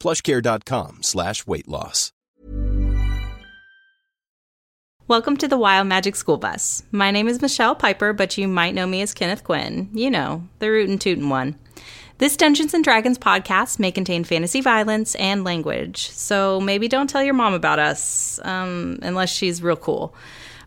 plushcare.com slash weight loss. Welcome to the Wild Magic School Bus. My name is Michelle Piper, but you might know me as Kenneth Quinn. You know, the rootin' tootin' one. This Dungeons and Dragons podcast may contain fantasy violence and language, so maybe don't tell your mom about us, um, unless she's real cool.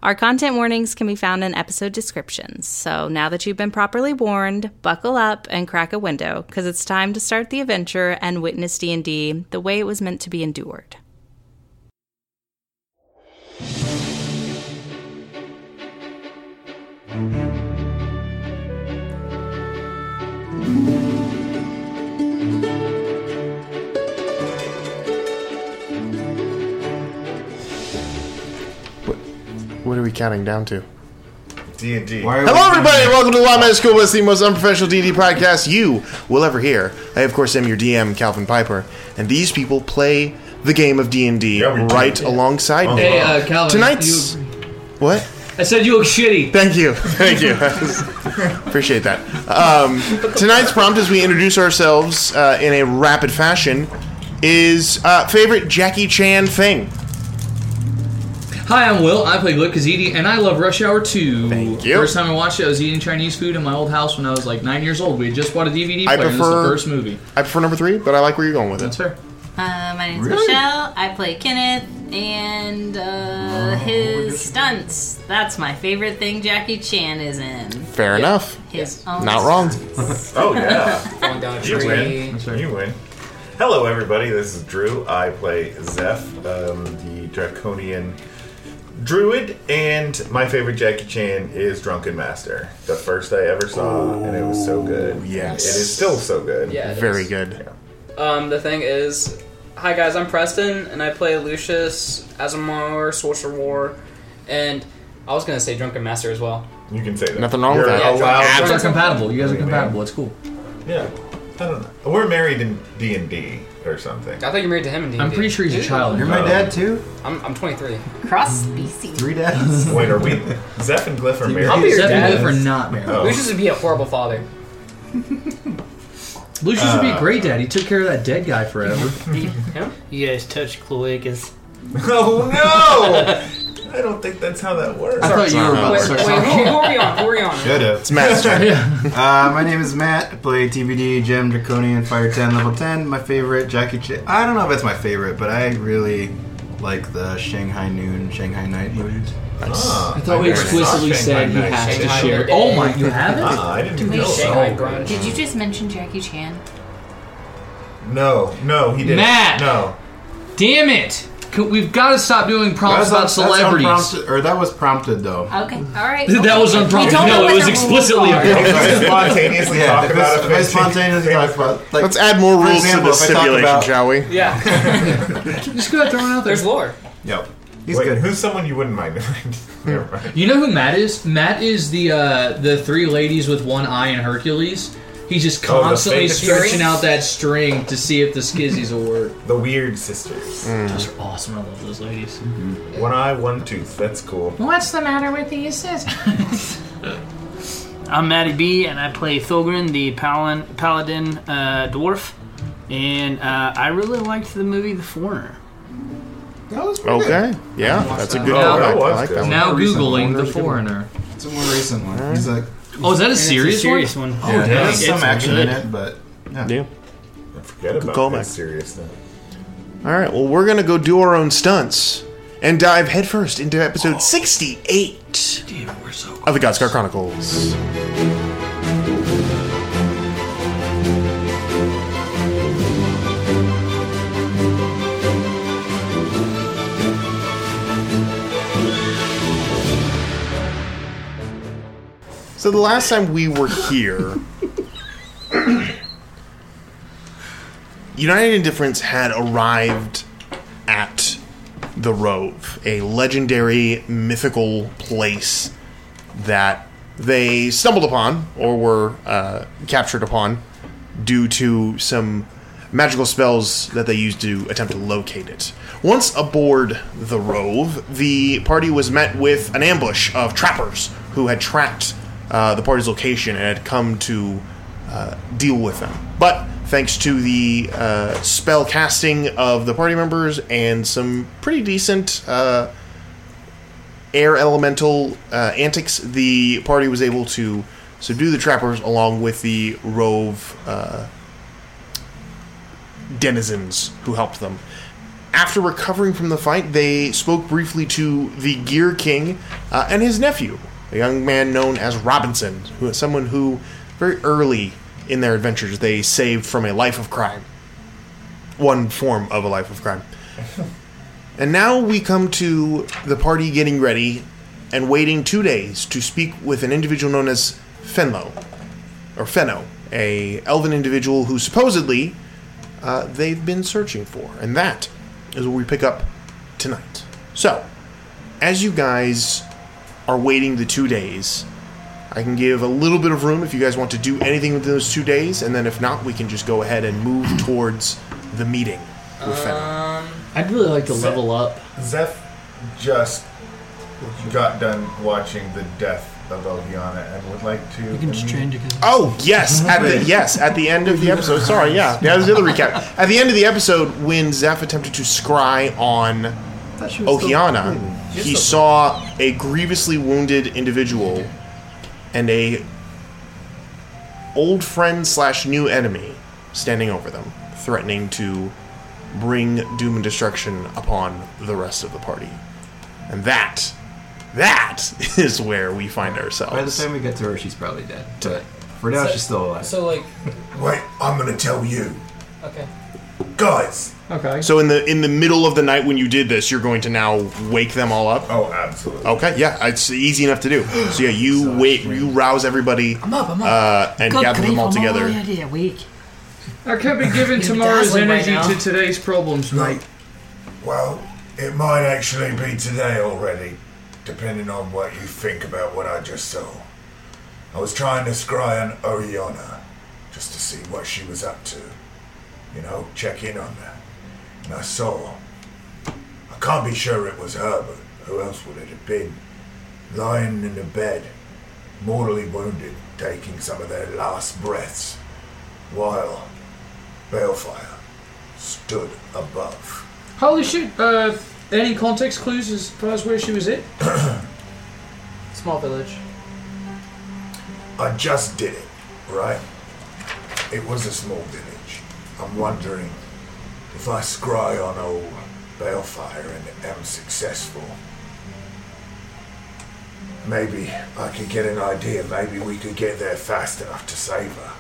Our content warnings can be found in episode descriptions. So now that you've been properly warned, buckle up and crack a window because it's time to start the adventure and witness D&D the way it was meant to be endured. What are we counting down to? D and D. Hello, everybody, and welcome to the Wild Magic School Bus, the most unprofessional DD podcast you will ever hear. I, of course, am your DM, Calvin Piper, and these people play the game of D and D Yeah, we do. Oh, right alongside me. Hey, uh, Calvin. Tonight's you- what? I said you look shitty. Thank you, thank you. Appreciate that. Um, tonight's prompt, as we introduce ourselves uh, in a rapid fashion, is uh, favorite Jackie Chan thing. Hi, I'm Will. I play Glick Kazidi, and I love Rush Hour 2. Thank you. First time I watched it, I was eating Chinese food in my old house when I was like nine years old. We had just bought a DVD I player, and this is the prefer- first movie. I prefer number three, but I like where you're going with That's it. fair. Uh, my name's Really? Michelle. I play Kenneth and uh, his stunts. That's my favorite thing Jackie Chan is in. Fair enough. His own Not wrong. Oh yeah, Falling down a you tree. win. You win. Hello, everybody. This is Drew. I play Zeph, um, the draconian druid, and my favorite Jackie Chan is Drunken Master. The first I ever saw, and it was so good. yes. it is still so good. Yeah, it Very is. good. Um, the thing is, hi guys, I'm Preston, and I play Lucius, Azamar, Sorcerer War, and I was gonna say Drunken Master as well. you can say that. Nothing wrong with You're that. allowed- Yeah, It's compatible. You guys are compatible. It's cool. Yeah, I don't know. We're married in D and D or something. I thought you're married to him in D&D. I'm pretty sure he's a child. Mm. You're my dad too? I'm, I'm 23. cross species. Three dads? Wait, are we? Zeph and Glyph are I'll married. be your Except dad. Glick are not married. Oh. Lucius would be a horrible father. Lucius would Uh, be a great dad. He took care of that dead guy forever. You guys touch cloacas. Oh no! I don't think that's how that works. I thought you were about Wait, to wait, start who, something. who are we on? Who are we on? It's Matt's turn. Uh, my name is Matt. I play TBD, Gem, Draconian, Fire 10, level 10. My favorite, Jackie Chan. I don't know if it's my favorite, but I really like the Shanghai Noon, Shanghai Night movies. I thought we explicitly said he has to Shanghai share. Night. Oh my, you haven't? Uh, I didn't we know. Shanghai brunch. Did you just mention Jackie Chan? No, no, he didn't. Matt! No. Damn it! Co- We've got to stop doing prompts about That was- that's celebrities. unprompted- Or that was prompted, though. Okay, all right. That was unprompted. No, it was explicitly a prompt. spontaneously Yeah, talk if about it's- a if I fancy- spontaneously talk about. Like, Let's add more for rules example, to this if I talk simulation, about- shall we? Yeah, Just go ahead throwing out there. there's lore. Yep. He's Wait, good. who's someone you wouldn't mind? Never mind. You know who Matt is? Matt is the uh, the three ladies with one eye in Hercules. He's just Oh, the constantly fake stretching strings? out that string to see if the skizzy's will work. The Weird Hmm. Sisters. Those Mm. are awesome. I love those ladies. Mm-hmm. One eye, one tooth. That's cool. What's the matter with these sisters? I'm Matty B, and I play Thulgrin, the palin- paladin uh, dwarf. And uh, I really liked the movie The Foreigner. That was pretty Okay. Yeah, that's a good Oh, one. that I was like that good. one. now Recent googling the Warner's good. foreigner. good. It's a more recent one. He's like, Oh, is that a serious, it's a serious one. one? Oh, yeah, dang. there's some it's action good. in it, but. Yeah. Yeah. Forget about call, that Max. serious thing. All right. Well, we're gonna go do our own stunts and dive headfirst into episode sixty-eight of the Godscar Chronicles. So the last time we were here, United Indifference had arrived at the Rove, a legendary mythical place that they stumbled upon or were uh, captured upon due to some magical spells that they used to attempt to locate it. Once aboard the Rove, the party was met with an ambush of trappers who had tracked uh, the party's location and had come to uh, deal with them. But thanks to the uh, spell casting of the party members and some pretty decent uh, air elemental uh, antics, the party was able to subdue the trappers along with the rove uh, denizens who helped them. After recovering from the fight, they spoke briefly to the Gear King uh, and his nephew, a young man known as Robinson, who is someone who, very early in their adventures, they saved from a life of crime. One form of a life of crime. And now we come to the party getting ready and waiting two days to speak with an individual known as Fenlo, or Fenno, a elven individual who supposedly uh, they've been searching for. And that is what we pick up tonight. So, as you guys are waiting the two days, I can give a little bit of room if you guys want to do anything within those two days, and then if not, we can just go ahead and move towards the meeting with Fenno. I'd really like to level up. Zeph just got done watching the death of Elviana and would like to. You can just train together. Oh yes, at the yes at the end of the episode. Sorry, yeah, that was the other recap. At the end of the episode, when Zeph attempted to scry on Okiana, he saw a grievously wounded individual and a old friend slash new enemy standing over them, threatening to bring doom and destruction upon the rest of the party. And that, that is where we find ourselves. By the time we get to her, she's probably dead. But for now, she's still alive. So like, Wait, I'm gonna tell you. okay, Guys! Okay. So in the in the middle of the night when you did this, you're going to now wake them all up. Oh, absolutely. Okay, yeah, it's easy enough to do. So yeah, you wait, you rouse everybody up, I'm up. Uh, and gather them all together. I can't be giving tomorrow's dazzling right energy now. to today's problems, mate. Right. Well, it might actually be today already, depending on what you think about what I just saw. I was trying to scry on Oriana, just to see what she was up to. You know, check in on her. And I saw. I can't be sure it was her, but who else would it have been? Lying in a bed, mortally wounded, taking some of their last breaths, while Balefire stood above. Holy shit! Uh, any context clues as far as where she was at? small village. I just did it, right? It was a small village. I'm wondering if I scry on old Balefire and am successful. Maybe I could get an idea. Maybe we could get there fast enough to save her.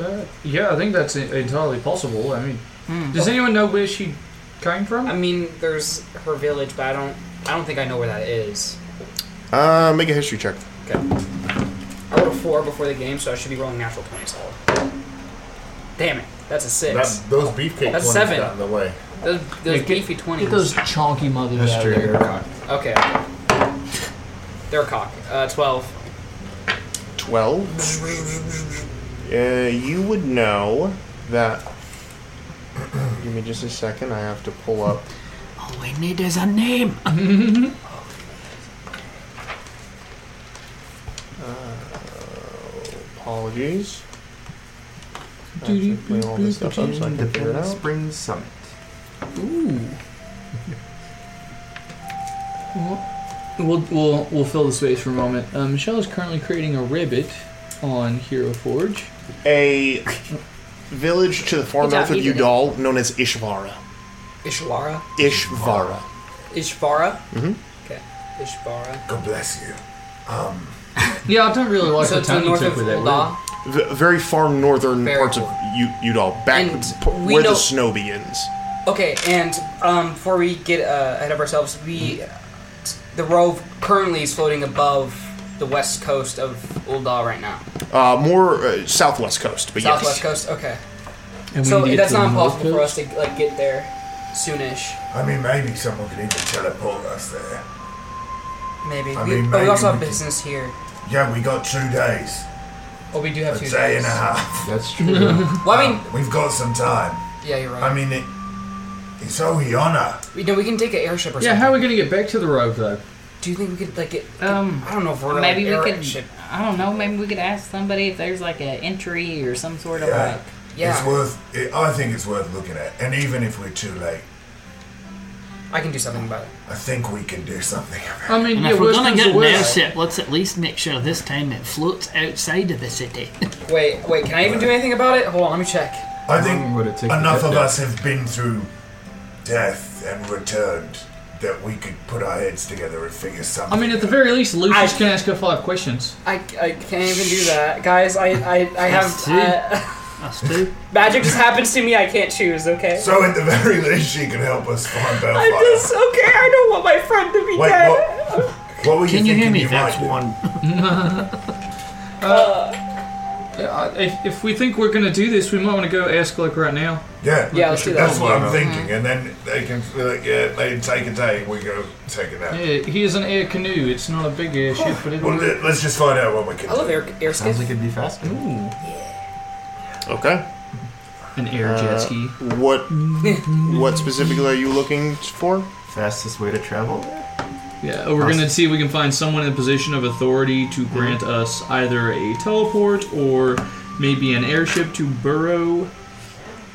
Uh, yeah, I think that's en- entirely possible. I mean, Hmm. does anyone know where she came I from? mean, there's her village, but I don't, I don't think I know where that is. Uh, make a history check. Okay. I rolled a four before the game, so I should be rolling natural twenty solid. Damn it, that's a six. That, those beefcake That's ones seven. got in the way. those those beefy twenties. Get those chonky mothers out of here. Okay. They're cock. Uh, twelve. Twelve. Uh, you would know that. Give me just a second. I have to pull up. All Oh, we need is a name. Apologies. I have to clean all this stuff up so I can figure it out. Spring Summit. We'll, we'll, we'll fill the space for a moment. Um, Michelle is currently creating a ribbit on Hero Forge. A village to the far Good north job, of you did it. Udal known as Ishvara. Ishvara? Ishvara. Ishvara? hmm Okay. Ishvara. God bless you. Um, Yeah, I don't really like So the it's to time the you north took of with that. Ulda. V- very far northern Very parts of U- Udal, back And p- we where know- the snow begins. Okay, and um, before we get uh, ahead of ourselves, we the rove currently is floating above the west coast of Uldal right now. Uh, more uh, southwest coast, but Southwest yes. coast. Okay. And we so need to that's get to not the north impossible for us to like get there soonish. I mean, maybe someone could even teleport us there. Maybe. I we, mean, but we maybe also have we can- business here. Yeah, we got two days. Oh, we do have a two day days. and a half. That's true. Well, I mean- we've got some time. Yeah, you're right. I mean, it, it's Oriana. We, no, we can take an airship or Yeah, something. how are we gonna get back to the road though? Do you think we could like get? Um, I don't know if we're maybe like, we air could. ship. I don't know. Maybe we could ask somebody if there's like an entry or some sort of like. It's worth. It, I think it's worth looking at, and even if we're too late, I can do something about it. I think we can do something about it. I mean, And yeah, if we're worst gonna comes get to an worst. airship, let's at least make sure this time it floats outside of the city. Wait, wait. Can I even do anything about it? Hold on, let me check. I think would it take to enough get of there? us have been through death and returned that we could put our heads together and figure something. I mean, at the very least, Lucius can ask her five questions. I, I can't even do that, guys. I I, I have Us too. I, Us too. magic just happens to me. I can't choose. Okay. so at the very least, she can help us find Belfire. I'm just okay. I don't want my friend to be Wait, dead. what? What were you Can you thinking? hear me? You That's might do? one. Yeah, Uh, I- if, if we think we're gonna do this, we might want to go ask like right now. Yeah, Yeah, let's do that. That's what I'm Mhm. thinking, and then they can be like, yeah, they take a day. We go take it out. Yeah, he is an air canoe. It's not a big airship, but it. Well, let- let's just find out what we can. I love air air skiff. it'd be faster. Ooh. Okay. Uh, An air jet ski. What? what specifically are you looking for? Fastest way to travel? Yeah, we're gonna see if we can find someone in a position of authority to grant Mm-hmm. us either a teleport or maybe an airship to burrow.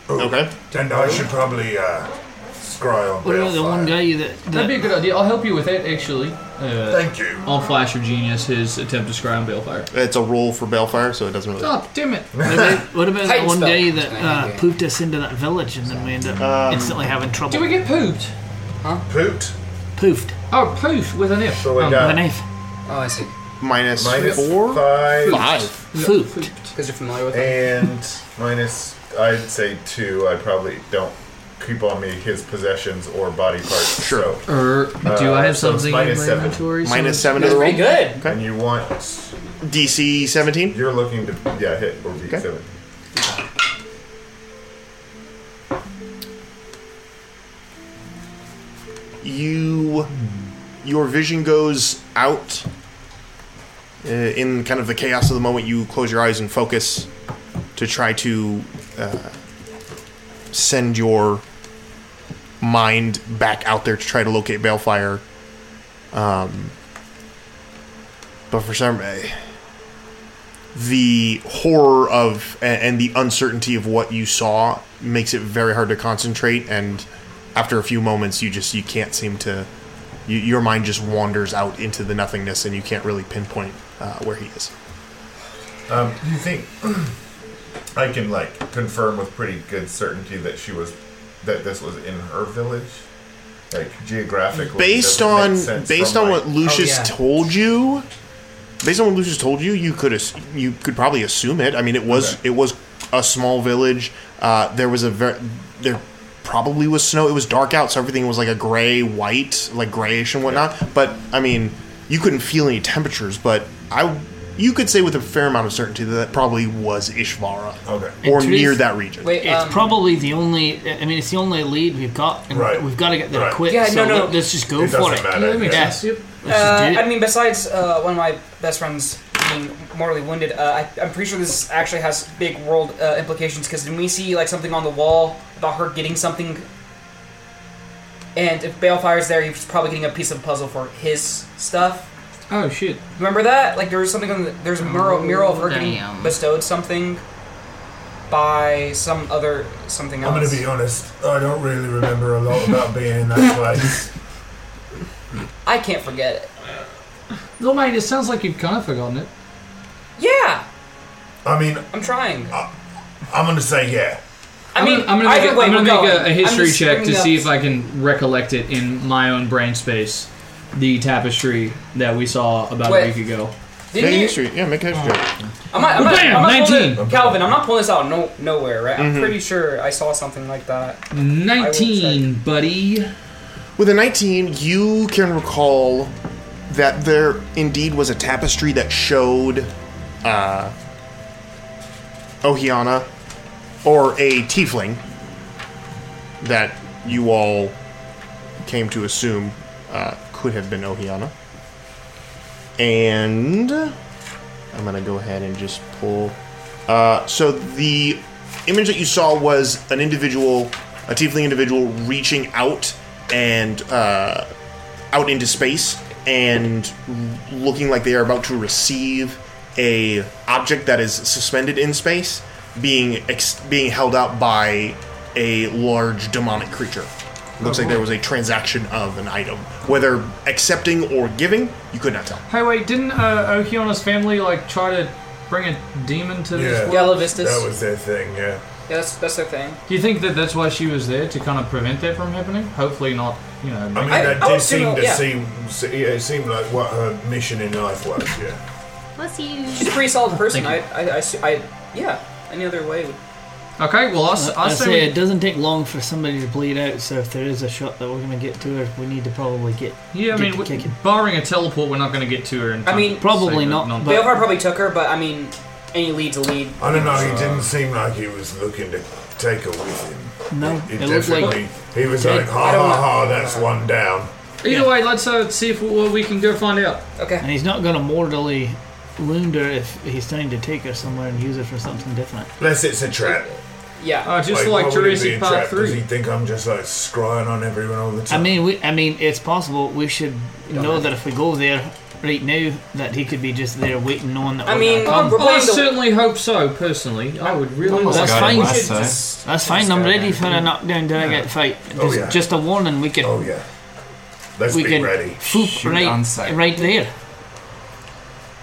Okay. And I should probably uh, scry on What about the Belfire. one guy that, That'd be a that good idea. I'll help you with that actually. Uh, Thank you. On Flash of Genius, his attempt to scry on Balefire. It's a roll for Balefire, so it doesn't really. Oh, damn it! what about, what about that Titan one spell. guy that uh, pooped us into that village and then we end up Um, Um, instantly having trouble? Did we get pooped? Pooped? poofed? Oh, poofed with an F. So we Um, got With a knife. Oh, I see. Minus, minus four, five, Poofed. Because you're familiar with it. and minus. I'd say two. I probably don't keep on me his possessions or body parts. Sure. Er, do I have Uh, so it's something in minus my seven. inventory? minus So- seven to That's the roll. pretty good. And you want DC 17. you're looking to yeah hit or beat seven. you your vision goes out uh, in kind of the chaos of the moment you close your eyes and focus to try to uh, send your mind back out there to try to locate balefire um, but for some uh, the horror of a- and the uncertainty of what you saw makes it very hard to concentrate and after a few moments you just you can't seem to you, your mind just wanders out into the nothingness and you can't really pinpoint uh, where he is Um, do you think I can like confirm with pretty good certainty that she was that this was in her village, like geographically? based does it on make sense based from, on like- what lucius Oh, yeah. told you based on what lucius told you you could ass- you could probably assume it i mean it was Okay. it was a small village uh, there was a ver- there probably was snow it was dark out so everything was like a gray white like grayish and whatnot but i mean you couldn't feel any temperatures but i you could say with a fair amount of certainty that that probably was ishvara Okay. or And near trees- that region. Wait, It's um, probably the only. I mean, it's the only lead we've got, and Right. we've got to get there Right. quick. Yeah, no, so no. let- Let's just go It for doesn't it. matter. makes Yeah. sense. Yep. Let's just Uh, do it. I mean, besides uh, one of my best friends being mortally wounded, uh, I, I'm pretty sure this actually has big world uh, implications. Because did we see like something on the wall about her getting something? And if Balefire's there, he's probably getting a piece of puzzle for his stuff. Oh shit! Oh, Remember that? Like there was something on the, there's a mural, mural of her damn. getting bestowed something by some other something I'm else. going to be honest. I don't really remember a lot about being in that place. I can't forget it. Well, mate, it sounds like you've kind of forgotten it. Yeah, I mean, I'm trying. I'm gonna say yeah. I mean, I'm gonna make, either a- way, I'm gonna we're make a- going. a, history I'm just check to bringing see up- if I can recollect it in my own brain space. The tapestry that we saw about a Wait. week ago. Oh. Didn't Make a you- history. Yeah, make a history. I'm not, I'm Well, not, bam, I'm not pulling 19. it- Calvin, I'm not pulling this out of no, nowhere, right? Mhm. I'm pretty sure I saw something like that. Nineteen, buddy. With a 19, you can recall that there indeed was a tapestry that showed uh, Ohiana or a tiefling that you all came to assume uh, could have been Ohiana. And I'm going to go ahead and just pull. Uh, so the image that you saw was an individual, a tiefling individual, reaching out and uh, out into space and looking like they are about to receive a object that is suspended in space, being ex- being held out by a large demonic creature. Looks like there was a transaction of an item, whether accepting or giving, you could not tell. Hey, wait, didn't uh, Okiona's family like try to bring a demon to this world? Yellow Vistas. That was their thing. Yeah. Yeah, that's, that's the thing. Do you think that that's why she was there to kind of prevent that from happening? Hopefully not. You know. I make- mean, I- that I did would seem assume, to yeah. seem. se- yeah, It seemed like what her mission in life was. Yeah. Bless you. She's a pretty solid person. I, Thank I, I, assu- I, yeah, any other way would. okay, well I'll, s I will say, say. it doesn't take long for somebody to bleed out, so if there is a shot that we're going to get to her, we need to probably get. yeah, I mean, get we- kicking. barring a teleport, we're not going to get to her. In time mean, to Probably save not, her, but- Belvar probably took her, but I mean, any lead's a lead. I don't know. He Uh, didn't seem like he was looking to take her with him. No, He it looked like- definitely. he was Okay, like, ha don't ha want- ha. That's one down. Either way, let's uh, see if we, well, we can go find out. And Okay. he's not going to mortally wound her if he's trying to take her somewhere and use her for something different. Unless it's a trap. Yeah. Uh, just why like, would it be a Jurassic Park trap? Does he Three. think I'm just like scrying on everyone all the I time? mean, we, I mean, it's possible. We should know that if we go there right now, that he could be just there waiting, knowing that. I we're mean, gonna come. we're I playing the. certainly hope so. Personally, I would really. Almost like- that's got it fine. last time. Just, that's fine. I'm ready for a knockdown, drag out fight. Just, Oh, yeah. just a warning. We could, oh yeah. Let's we be could, ready. foop Shoot on right, sight. right there.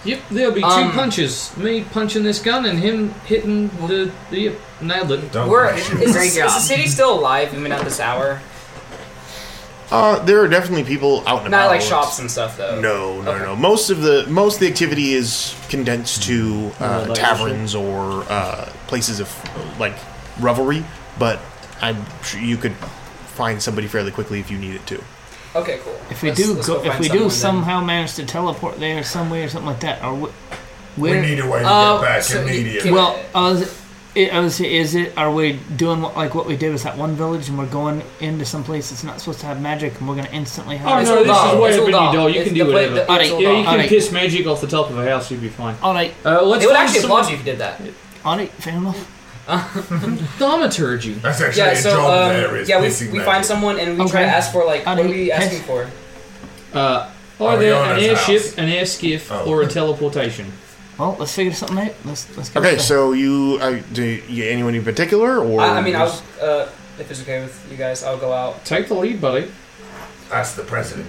Yep, there'll be two Um, punches. Me punching this gun and him hitting the the nailed it. Don't we're, is, question is, Great the job. city still alive even at this hour? Uh, there are definitely people out and about. Not like shops and stuff though. No, no, Okay. no. Most of the most of the activity is condensed to uh, like taverns or uh, places of like revelry, but I'm sure you could find somebody fairly quickly if you need it to. Okay, cool. If we Let's- do, let's go, go if find we do someone then. somehow manage to teleport there some way or something like that, or wh- We where? need a way to Uh, get back so you immediately. can- well, I was, it, I was, is it? Are we doing what, like what we did with that one village, and we're going into some place that's not supposed to have magic, and we're going to instantly have? Oh It's it? no, all this is dog. way It's all up in dog. your door. You It's can the do play- whatever. the- it's Alright, all yeah, you dog. can Alright. piss magic off the top of a house. You'd be fine. All right, Uh, let's They would find actually someone- applaud you if you did that. all right, fair enough. Thaumaturgy. That's actually Yeah, a so job um, there. Is yeah, we, missing we that. find someone and we try Okay. to ask for like I what are mean, we yes. asking for? Uh, are Ariana's there an airship, house. an air skiff, Oh. or a teleportation? Oh. Well, let's figure something out. Let's let's. Get Okay, started. so you uh, do you, anyone in particular or I, I mean, I'll just- uh, if it's okay with you guys, I'll go out, Take the lead, buddy. That's the president.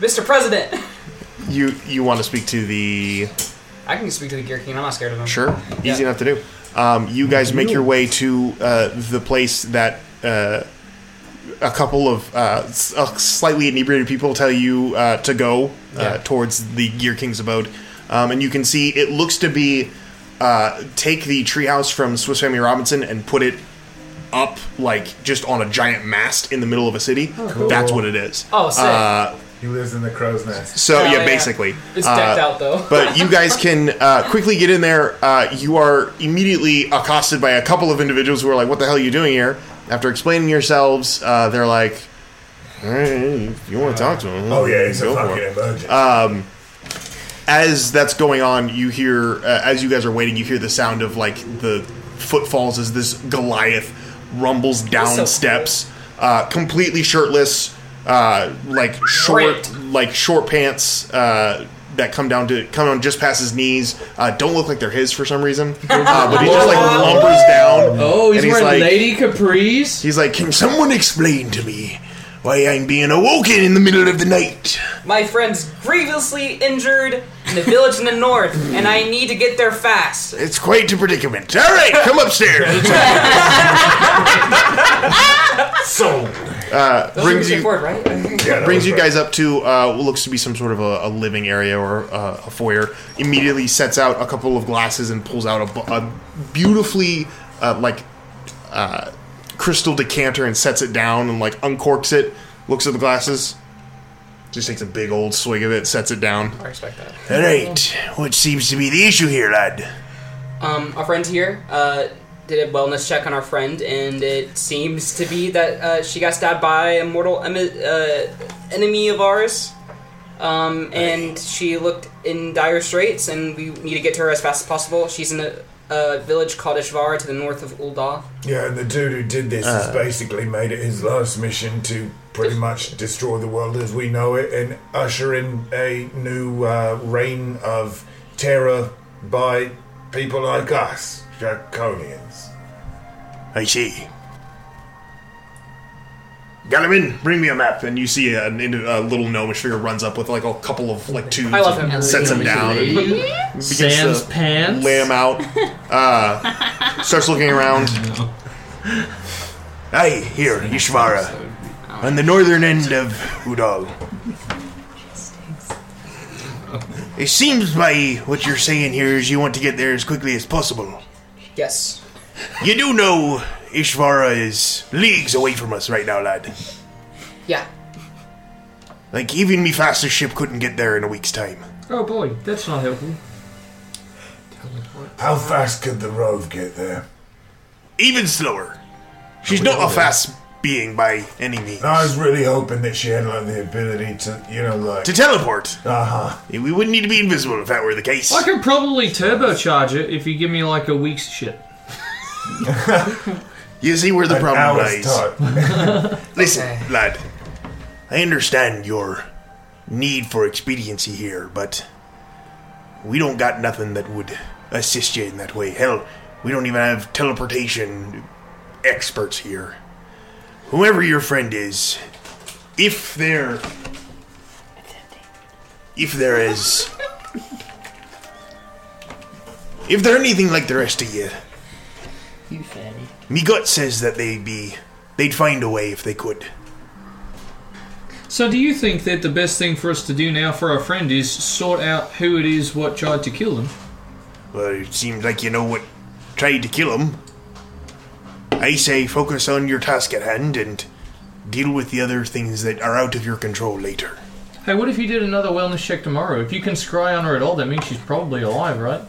Mr. President. you you want to speak to the I can speak to the Gear King. I'm not scared of him. Sure, Yeah. easy enough to do. Um, you guys make your way to uh, the place that uh, a couple of uh, s- uh, slightly inebriated people tell you uh, to go uh, towards the Gear King's abode, um, and you can see it looks to be uh, take the treehouse from Swiss Family Robinson and put it up like just on a giant mast in the middle of a city. That's what it is. Oh, sick. Uh, He lives in the crow's nest. so Oh, yeah, yeah. basically It's uh, decked out though. but you guys can uh, quickly get in there. Uh, you are immediately accosted by a couple of individuals who are like, "What the hell are you doing here?" After explaining yourselves, uh, they're like, "All right, if you want to talk to him?" Oh yeah, it's a go for fucking it." Um, emergency. As that's going on, you hear uh, as you guys are waiting, you hear the sound of like the footfalls as this Goliath rumbles down so cool. steps, uh, completely shirtless, uh, like short, Ripped. like short pants. Uh, that come down to come down just past his knees. Uh, don't look like they're his for some reason. Uh, but he just like lumbers down. Oh, he's and wearing like, lady capris. He's like, can someone explain to me why I'm being awoken in the middle of the night? My friend's grievously injured. in the village in the north, and I need to get there fast. It's quite a predicament. All right, come upstairs. so, uh, Those brings are you straightforward, right? brings you guys up to uh, what looks to be some sort of a, a living area or uh, a foyer. Immediately sets out a couple of glasses and pulls out a, bu- a beautifully uh, like uh, crystal decanter and sets it down and like uncorks it. Looks at the glasses, just takes a big old swig of it, sets it down. I respect that. All right, what seems to be the issue here, lad? Um, our friend here uh, did a wellness check on our friend, and it seems to be that uh, she got stabbed by a mortal em- uh, enemy of ours. Um, and she looked in dire straits, and we need to get to her as fast as possible. She's in a, a village called Ishvara to the north of Ulda. Yeah, and the dude who did this has Uh. basically made it his last mission to pretty much destroy the world as we know it and usher in a new uh, reign of terror by people like us, Draconians. I see. Galliman, bring me a map. And you see a, a little gnomish figure runs up with like a couple of like tubes. I love him. and Sets him Gnomish down. and lady. begins Sans to pants. Lay him out. Uh, starts looking around. hey, here, Ishvara. On the northern end of Udal. It seems by what you're saying here is you want to get there as quickly as possible. Yes. You do know Ishvara is leagues away from us right now, lad. Yeah. Like, even me fastest ship couldn't get there in a week's time. Oh boy, that's not helpful. How fast could the Rove get there? Even slower. She's not a fast being by any means. I was really hoping that she had like the ability to, you know, like To teleport. Uh huh. We wouldn't need to be invisible if that were the case. I could probably turbocharge it if you give me like a week's shit. You see where the An problem hour's lies. Listen, lad. I understand your need for expediency here, but we don't got nothing that would assist you in that way. Hell, we don't even have teleportation experts here. Whoever your friend is, if there if there is if they're anything like the rest of you, You fatty. me gut says that they'd be they'd find a way if they could. So, do you think that the best thing for us to do now for our friend is sort out who it is what tried to kill him? Well, it seems like you know what tried to kill him. I say focus on your task at hand and deal with the other things that are out of your control later. Hey, what if you did another wellness check tomorrow? If you can scry on her at all, that means she's probably alive, right?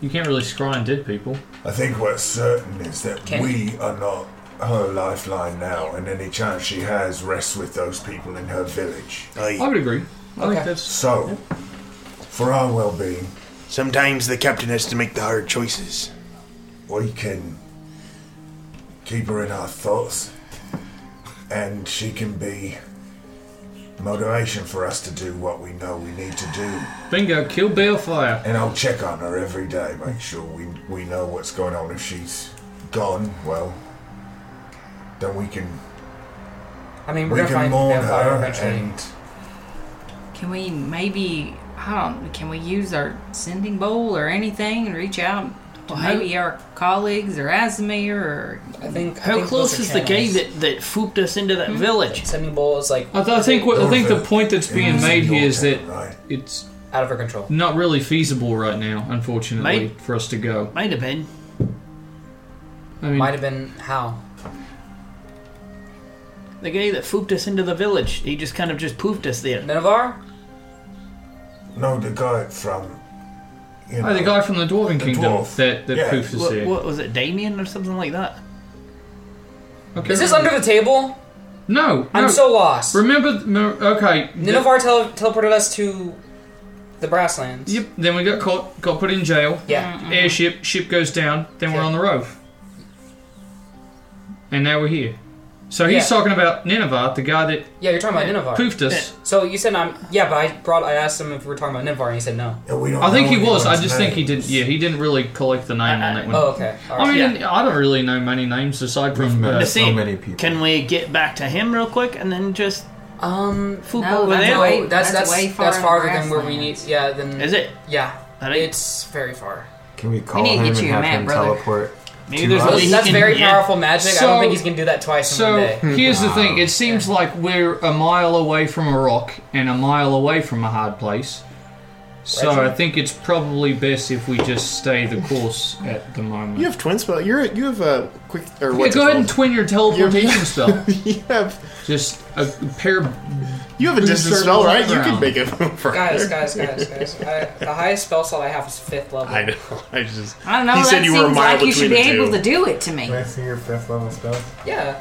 You can't really scry on dead people. I think what's certain is that Can- we are not her lifeline now, and any chance she has rests with those people in her village. I, would agree. I think that's so. For our well-being, sometimes the captain has to make the hard choices. We can keep her in our thoughts, and she can be motivation for us to do what we know we need to do. Bingo, kill Balefire. And I'll check on her every day, make sure we, we know what's going on. If she's gone, well, then we can I mean, we we're can gonna find mourn Balefire her eventually. and Can we maybe? I don't. Can we use our sending bowl or anything and reach out to Well, how- maybe our colleagues or Azmir or? I think. How close is the Hmm? gate that, that fooped us into that village? Sending bowl is like. I, th- I think what, I think the point that's being made here is that it's out of our control. Not really feasible right now, unfortunately, Might- for us to go. Might have been. I mean, Might have been how. The guy that fooped us into the village, he just kind of just poofed us there. Minivar? no the guy from. You know, Oh, the guy from the Dwarven The Kingdom dwarf. that, that Yeah. poofed us What, here. what was it, Damien or something like that? Okay. Is this under the table? No, I'm no. so lost. Remember, me- okay. Ninovar tele- teleported us to the Brasslands. Yep. Then we got caught, got put in jail. Yeah. Mhm. Airship, ship goes down. Then we're on the road. And now we're here. So he's Yeah. talking about Nineveh, the guy that Yeah, you're talking about Ninovar. poofed us. So you said I'm. Yeah, but I brought. I asked him if we were talking about Ninovar, and he said no. I think he was. I just think he didn't. Yeah, he didn't really collect the name on that one. oh, okay. All I right. mean, I don't really know many names aside from uh, Nassim, Can we get back to him real quick and then just Um, No, that's, that's way- way, that's, that's that's, way far that's in farther than where we need. grasslands. Yeah, than Is it? Yeah, it's very far. Can we call need to him get and you a have map, him brother. teleport? Maybe to there's us? a He That's can- very yeah. powerful magic. I So- don't think he's gonna do that twice in one So day. here's the thing: it seems like we're a mile away from a rock and a mile away from a hard place. So Roger. I think it's probably best if we just stay the course at the moment. You have twin spell. You're you have a quick or Yeah, what's go it ahead called? and twin your teleportation spell. you have just a pair. You have a distance spell, right? You can make it for Guys, guys, guys, guys! I, the highest spell slot I have is fifth level. I know. I just. I don't know. He that said you were a seems mile like you should be between the able two. to do it to me. I see your fifth level spell? Yeah.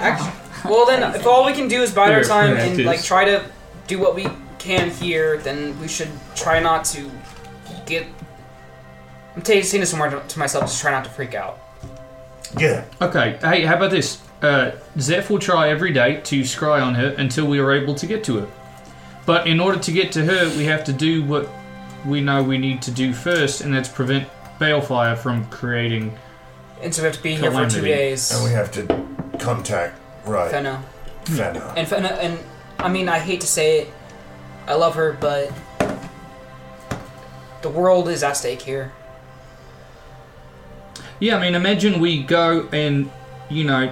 Actually, well then, if all we can do is bide our Yeah, time yeah, it and is. like try to do what we can here, then we should try not to get. I'm t- saying this more to myself, just try not to freak out. Yeah. Okay. Hey, how about this? Uh, Zeph will try every day to scry on her until we are able to get to her. But in order to get to her, we have to do what we know we need to do first, and that's prevent Balefire from creating. And so we have to be here for two Calamity. days. And we have to contact, right? Fenna. Fenna. And Fenna, and I mean, I hate to say it, I love her, but the world is at stake here. Yeah, I mean, imagine we go and, you know,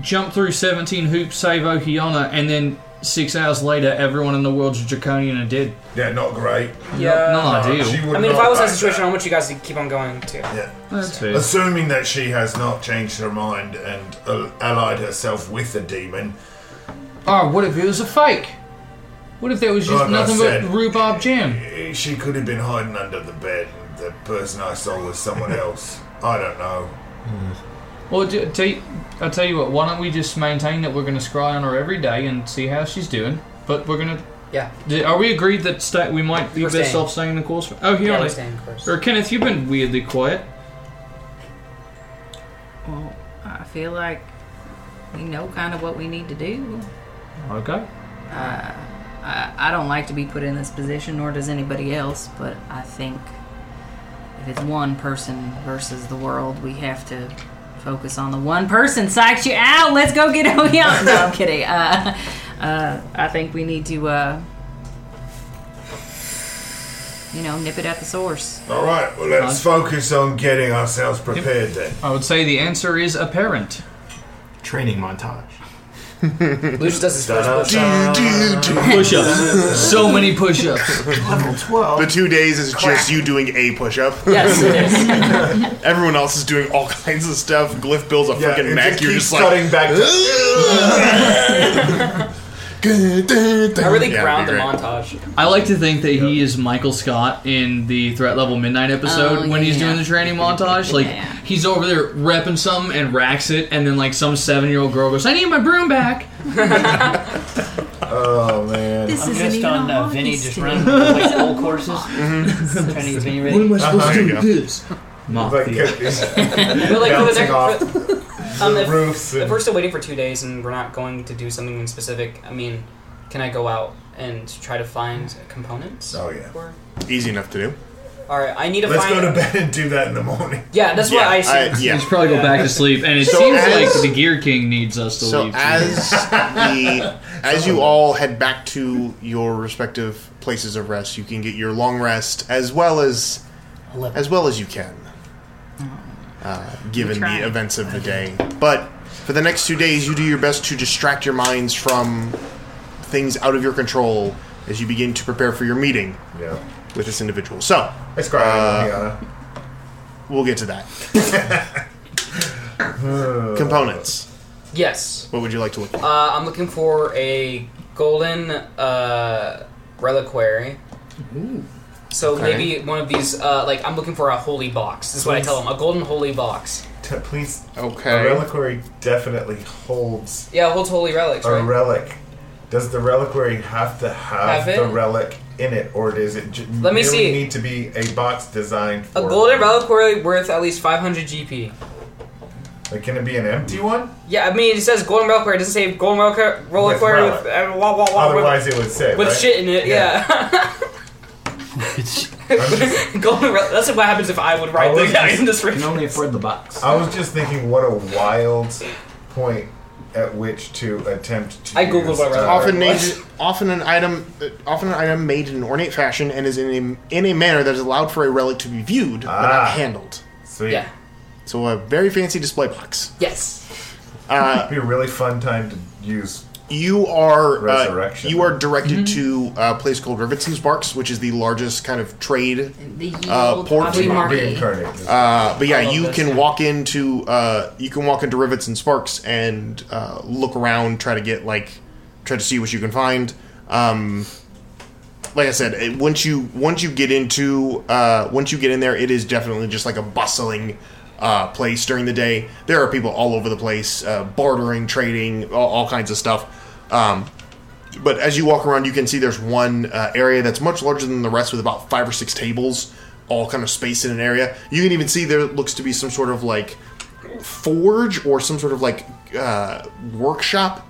jump through 17 hoops, save Okiana, and then six hours later, everyone in the world's draconian and dead. Yeah, not great. Yeah. not ideal. She would I mean, if not I was in that like situation, I want you guys to keep on going too. Yeah. That's fair. Assuming that she has not changed her mind and uh, allied herself with the demon, Oh, what if it was a fake? What if that was just Like I nothing said, but rhubarb jam? eh, she could have been hiding under the bed. and The person I saw was someone else. I don't know. Hmm. Well, do, tell you, I'll tell you what. Why don't we just maintain that we're going to scry on her every day and see how she's doing? But we're going Yeah. to. Are we agreed that sta we might be We're best staying. off staying the course? For, oh, here Yeah, on we're it. staying the course. Or Kenneth, you've been weirdly quiet. Well, I feel like we know kind of what we need to do. Okay. Uh, I, I don't like to be put in this position, nor does anybody else, but I think if it's one person versus the world, we have to focus on the one person. Psych you out! Let's go get Oyeon! No, I'm kidding. Uh, uh, I think we need to, uh, you know, nip it at the source. All right, well, let's focus on getting ourselves prepared then. I would say the answer is apparent. Training montage. Lucius does his first Uh, push Push-ups. so many push-ups. Level 12. The two days is just you doing a push-up. Yes, it is. Everyone else is doing all kinds of stuff. Glyph builds a Yeah, freaking it mech. just You're keeps just cutting like back. I really Yeah, ground the great. montage. I like to think that he is Michael Scott in the Threat Level Midnight episode Oh, when he's yeah. doing the training montage. Like Yeah. he's over there repping something and racks it, and then like some seven-year-old girl goes, "I need my broom back." Oh man. This I'm isn't just even on a uh, Vinny hockey just stick. running like old courses. Mm-hmm. Trying to get Vinny ready. I supposed to do with this? Like, it's But like for the next, bouncing off um, if, roofs. if And we're still waiting for two days and we're not going to do something in specific, I mean, can I go out and try to find components? Oh, yeah. Or- easy enough to do. all right, I need to let's find. go to bed and do that in the morning. Yeah, that's what I see. I- yeah. Let's probably go back to sleep. And it So seems as- like the Gear King needs us to So leave. too. as the as you all head back to your respective places of rest, you can get your long rest as well as as well as you can, Oh. uh, given trying. the events of the day. But for the next two days, you do your best to distract your minds from things out of your control as you begin to prepare for your meeting Yeah. with this individual. So uh, Let's cry. we'll get to that. Components. yes, What would you like to look for? uh, I'm looking for a golden uh, reliquary. So maybe one of these, uh, like I'm looking for a holy box. This is what I tell them: a golden holy box. T- please. Okay. A reliquary definitely holds Yeah, holds holy relics, a right? relic. Does the reliquary have to have, Have it? the relic in it, or does it j- Let me merely see. need to be a box designed a for golden reliquary worth at least 500 GP. Like, can it be an empty one? Yeah, I mean, it says Golden Reliquary. It doesn't say Golden Reliquary, reliquary With with, uh, wah, wah, wah, Otherwise, it would say with, with right? shit in it. Yeah. Golden Rel- That's what happens if I would I write was this just- in this Can room. only afford the box. I was just thinking, what a wild point at which to attempt to. I googled use, what I uh, often made, often an item uh, often an item made in an ornate fashion and is in a, in a manner that is allowed for a relic to be viewed but Ah. not handled. Sweet. Yeah. So a very fancy display box. Yes. Uh, be a really fun time to use. You are uh, Resurrection. you are directed to a place called Riveton's Barks, which is the largest kind of trade The uh, old port. flea market. Uh, but I yeah, love you this can guy. walk into uh, you can walk into Rivets and Sparks and uh, look around, try to get like try to see what you can find. Um, like I said, it, once you once you get into uh, once you get in there, it is definitely just like a bustling uh, place during the day. There are people all over the place, uh, bartering, trading, all, all kinds of stuff. Um, but as you walk around, you can see there's one uh, area that's much larger than the rest, with about five or six tables, all kind of spaced in an area. You can even see there looks to be some sort of like forge or some sort of like uh, workshop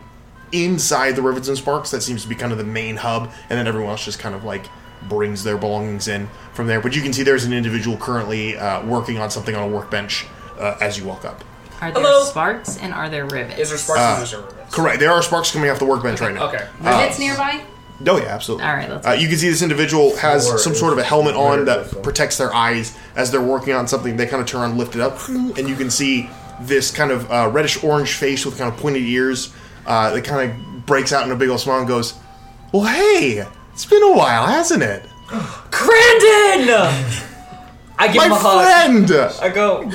inside the Rivets and Sparks. That seems to be kind of the main hub, and then everyone else just kind of like brings their belongings in from there. But you can see there's an individual currently uh, working on something on a workbench uh, as you walk up. Are there sparks and are there rivets? Is there Uh, correct. There are sparks coming off the workbench right now. Okay. Uh, Rivets nearby? Oh yeah, absolutely. All right, let's Uh, you can see this individual has Or some is sort of a helmet on that wonderful. protects their eyes as they're working on something. They kind of turn on, lift it up, and you can see this kind of uh, reddish orange face with kind of pointed ears. Uh, that kind of breaks out in a big old smile and goes, "Well, hey, it's been a while, hasn't it?" Crandon! I give My him a hug. friend. I go,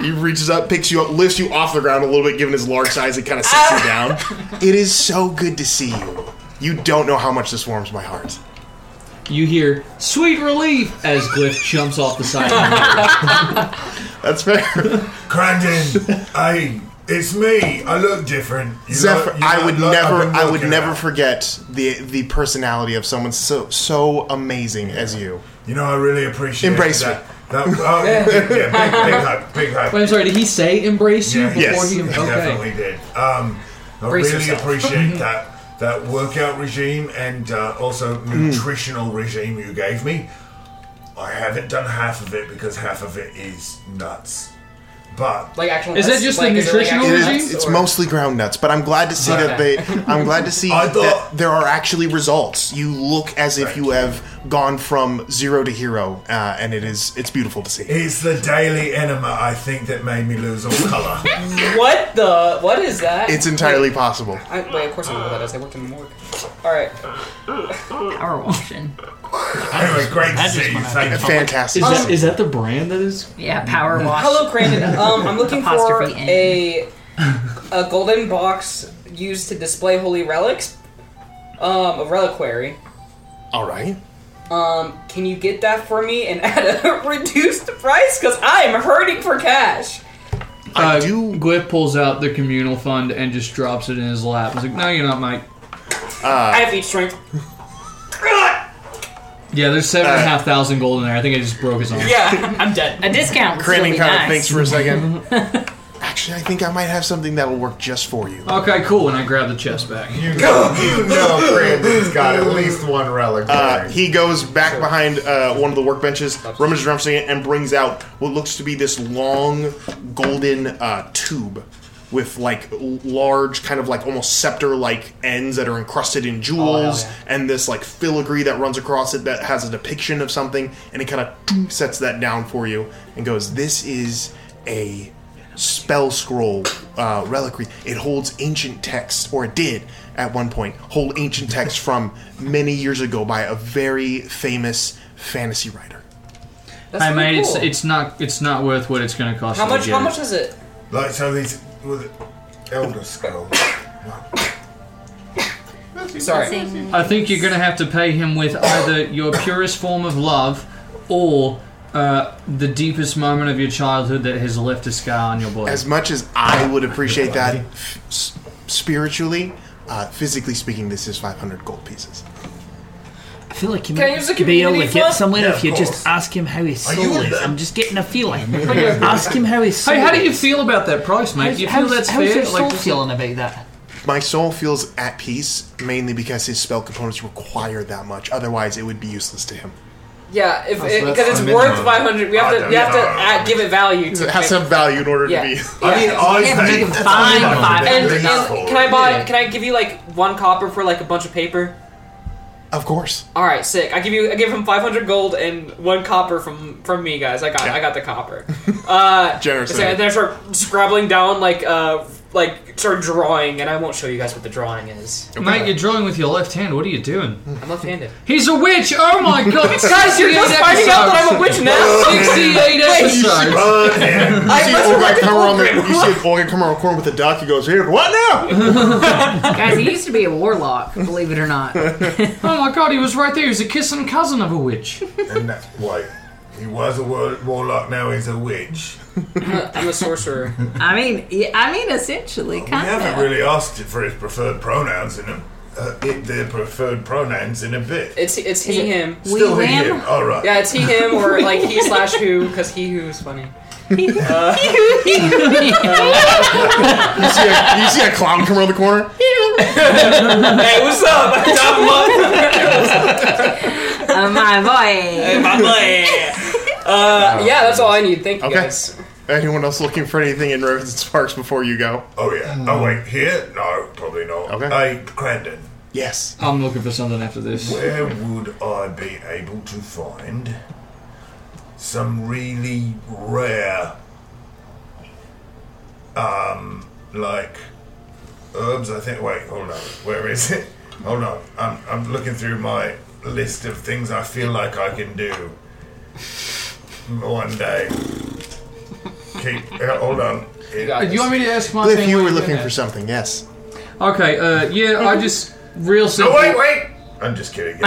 He reaches up, picks you up, lifts you off the ground a little bit, given his large size, and kind of Ah. sits you down. It is so good to see you. You don't know how much this warms my heart. You hear sweet relief as Glyph jumps off the side. of That's fair. Crandon, hey, it's me. I look different. You Zephyr, look- you I look would like never, I've been I would looking never at. forget the the personality of someone so so amazing as you. You know, I really appreciate Embrace that. That, oh, yeah, big, big hug, big hug. Wait, I'm sorry, did he say embrace you before yes, he? he definitely Okay. did. Um, I Brace really yourself. appreciate that that workout regime and uh, also Mm. nutritional regime you gave me. I haven't done half of it because half of it is nuts. But like actual Is that nuts? just the Like, is it like nutritional It is- it's mostly ground nuts, but I'm glad to see that they. Okay. I'm glad to see I that there are actually results. You look as if you have gone from zero to hero, uh, and it is it's beautiful to see. It's the daily enema, I think, that made me lose all colour. what the? What is that? It's entirely possible. I, wait, of course I know what that is. I worked in the morgue. Alright. Power washing. Anyway, great to see you. Thank you. Fantastic. Is that, Um, is that the brand that is? Yeah, power wash. Hello, Crandon. Um, I'm looking for Mm-hmm. Apostrophe N. a a golden box used to display holy relics. Um, a reliquary. All right. Um, can you get that for me and at a reduced price? Cause I am hurting for cash. I do. Glyph Uh, pulls out the communal fund and just drops it in his lap. He's like, "No, you're not, mate." Uh, I Uh, have each strength. Yeah, there's seven uh, and a half thousand gold in there. I think I just broke his arm. Yeah, I'm dead. A discount. would still Cramming be kind nice. of thinks for a second. Actually, I think I might have something that'll work just for you. Okay, cool. And I grab the chest back. You know, you know Brandon's got at least one relic. Uh, he goes back behind uh, one of the workbenches, rummages around for a second, and brings out what looks to be this long golden uh, tube with like l- large, kind of like almost scepter-like ends that are encrusted in jewels, and this like filigree that runs across it that has a depiction of something, and it kind of sets that down for you and goes, "This is a." spell scroll uh, reliquary. It holds ancient text, or it did at one point hold ancient text from many years ago by a very famous fantasy writer. I mean, it's it's not it's not worth what it's going to cost. How you to much? get How it. much is it? Like so, these were the Elder Scrolls. Sorry. I think you're going to have to pay him with either your purest form of love or uh, the deepest moment of your childhood that has left a scar on your body. As much as I would appreciate that s- spiritually, uh, physically speaking, this is 500 gold pieces. I feel like you Can I might use the be able to community get fund? somewhere Yeah, if of you course. just ask him how his Are you soul with is. that? I'm just getting a feeling. ask him how his soul Hey, how do you is. feel about that price, mate? How's- you feel how's- that's how's fair? your soul just- feeling about that? My soul feels at peace mainly because his spell components require that much. Otherwise, it would be useless to him. Yeah, if Oh, so that's because a it's minimum. worth five hundred, we have to I we have to don't know. add, give it value. It To has to have value in order Yeah. to be. Yeah. Fine, fine. And, They're and not full. can I buy? Yeah. Can I give you like one copper for like a bunch of paper? Of course. All right, sick. I give you. I give him five hundred gold and one copper from from me, guys. I got. I got the copper. Uh, Generous so- man. And then I start scribbling down like uh like start drawing, and I won't show you guys what the drawing is. Mate, you're drawing with your left hand. What are you doing? I'm left-handed. He's a witch! Oh my god! Guys, you're just 68 finding out that I'm a witch now? episodes. 68 Wait, you episodes! You see Olga come around the you see Olga come around the corner with a duck. He goes, "Here, what now?" Guys, he used to be a warlock, believe it or not. oh my god, he was right there. He was a kissing cousin of a witch. And that's why he was a war- warlock. Now he's a witch. I'm a sorcerer. I mean, yeah, I mean, essentially, We kind haven't of. really asked him for his preferred pronouns in a uh, it, their preferred pronouns in a bit. It's it's he him. Still he, him. All right. Yeah, it's he him or like he slash who because he who is funny. Uh, you, see a, you see a clown come around the corner. hey, what's up? Uh, my boy. my boy. Uh, yeah, that's all I need. Thank you guys. Anyone else looking for anything in Ravens and Sparks before you go? Oh yeah. Hmm. Oh wait, here? No, probably not. Okay. Hey, Crandon, Yes. I'm looking for something after this. where would I be able to find some really rare, um, like herbs? I think. Wait, hold on. Where is it? Hold on. I'm I'm looking through my list of things I feel like I can do one day. Keep. uh, Hold on. Do you want me to ask my Cliff, thing you while were you're looking doing for something. Yes. Okay, uh, yeah, I just. Real simple. wait, wait! I'm just kidding.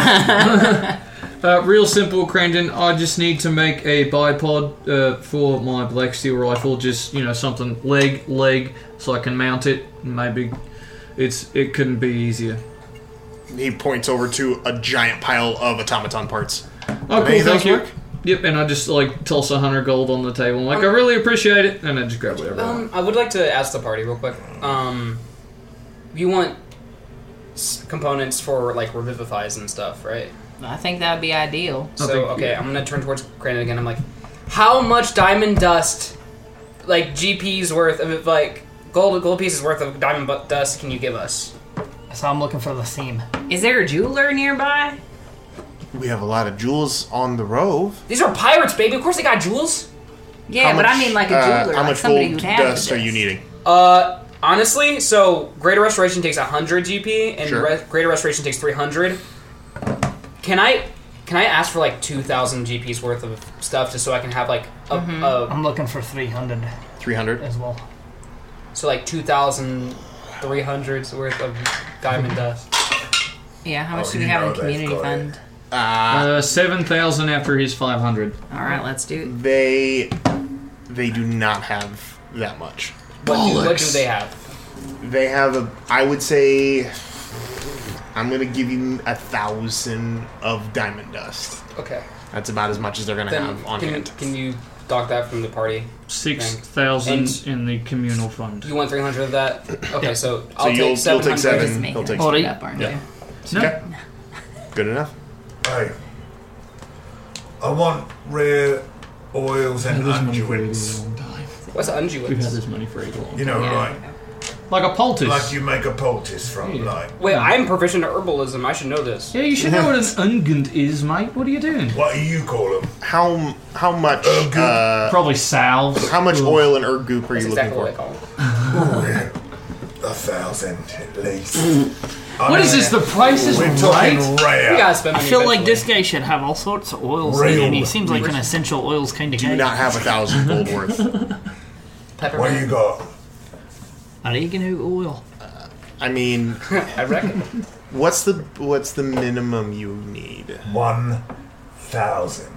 Uh, real simple, Crandon. I just need to make a bipod uh, for my black steel rifle. Just you know, something leg leg, so I can mount it. Maybe it's it couldn't be easier. He points over to a giant pile of automaton parts. Oh, Any cool. of those Thank you. work? Yep, and I just like toss a hundred gold on the table. I'm like, I Oh. really appreciate it, and I just grab whatever. I Um, want. I would like to ask the party real quick. Um, you want s- components for like revivifies and stuff, right? I think that would be ideal. So okay, I'm gonna turn towards Crandon again. I'm like, how much diamond dust, like GP's worth of like gold gold pieces worth of diamond bu- dust can you give us? So I'm looking for the theme. Is there a jeweler nearby? We have a lot of jewels on the rove. These are pirates, baby. Of course they got jewels. Yeah, How but I much, mean like a uh, jeweler, how like much somebody gold who'd have dust the are you needing? Uh, honestly, so Greater Restoration takes 100 GP, and Sure. Re- Greater Restoration takes 300. Can I can I ask for like 2,000 GP's worth of stuff just so I can have like a, Mm-hmm. a I'm looking for 300 three hundred as well. so like 2,300's worth of diamond dust? Yeah, how much Oh, do we you have in know they've community got fund? Uh, seven thousand after his five hundred. All right, let's do it. They they do not have that much. What do, what do they have? They have a. I would say. I'm gonna give you a thousand of diamond dust. Okay. That's about as much as they're gonna Then have on can, hand. can you dock that from the party? Six thing? thousand And in the communal fund. You want 300 of that? Okay, so I'll take you'll- you'll 700. take seven, Just making he'll take it seven. up, aren't Yeah. No. Okay. Good enough. Hey, I want rare oils and unguents. What's unguents? We've had this money for a long You know, time. like like a poultice, like you make a poultice from, like Wait, I'm proficient at herbalism. I should know this. Yeah, you should know what an unguent is, mate. What are you doing? What do you call them? How how much? Uh, Probably salves. How much oil and herb goop are That's you exactly looking what for? a thousand at least. What is this, the price is Oh, We're talking right? rare. I feel like this guy should have all sorts of oils, in Real. it, and he seems like an essential oils kind of guy. Do not have a thousand gold worth. What do you got? Oh, Oregano oil. I mean, I reckon. What's the what's the minimum you need? One thousand.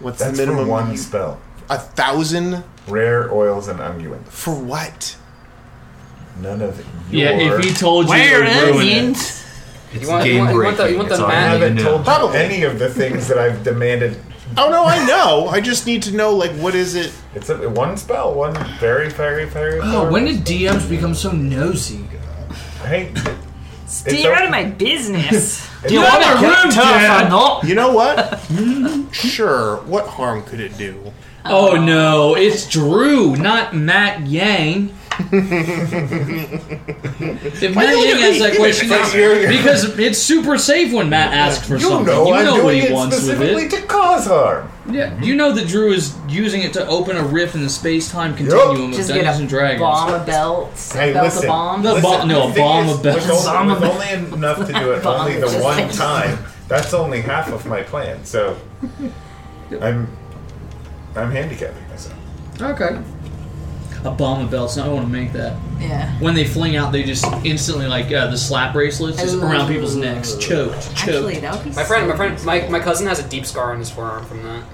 What's That's the for minimum? one you- spell. A thousand rare oils and unguents. for what? None of it. Yeah, if he told you, Where it would ruin is- it. You want- you want- you want the- you want the I man- haven't told you Probably. any of the things that I've demanded. Oh no, I know. I just need to know like what is it? It's a, one spell, one Oh, very, very, very. Oh, when did DMs become so nosy? Hey, Stay out of my business. You know what? sure. What harm could it do? Oh no, it's Drew, not Matt Yang. if Why Matt do you Yang look at has me? that question, Like, you're- because it's super safe when Matt asks for You something. know you I'm know what doing he it wants with specifically it. to cause harm. Yeah, you know that Drew is using it to open a rift in the space-time continuum of Just get Dungeons a and Dragons. bomb, a belt, Hey, belt listen. a bomb. The bomb- no, a thing bomb is, of bells. With only, with Bomb only enough to do it Bomb only the just one like- time. That's only half of my plan. So I'm I'm handicapping myself. Okay. A bomb of belts. No, I want to make that. Yeah. When they fling out, they just instantly like uh, the slap bracelets just around people's necks, choked, choked. my friend, my friend, my, my cousin has a deep scar on his forearm from that.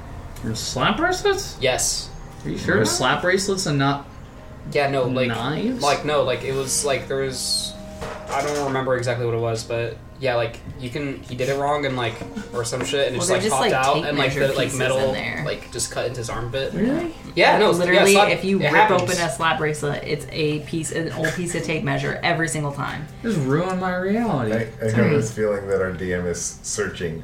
Your slap bracelets? Yes. Are you sure? it was Slap bracelets and not Yeah, no, like Knives? like no, like it was like there was I don't remember exactly what it was, but yeah, like you can he did it wrong and like or some shit and it just Well, they're like just, popped like, out tape and like measure the like pieces in metal there. like just cut into his armpit. Really? Yeah, no, literally, yeah, it's not- if you it rip happens. open a slap bracelet, it's a piece, an old piece of tape measure every single time. Just ruined my reality. I, I have this feeling that our DM is searching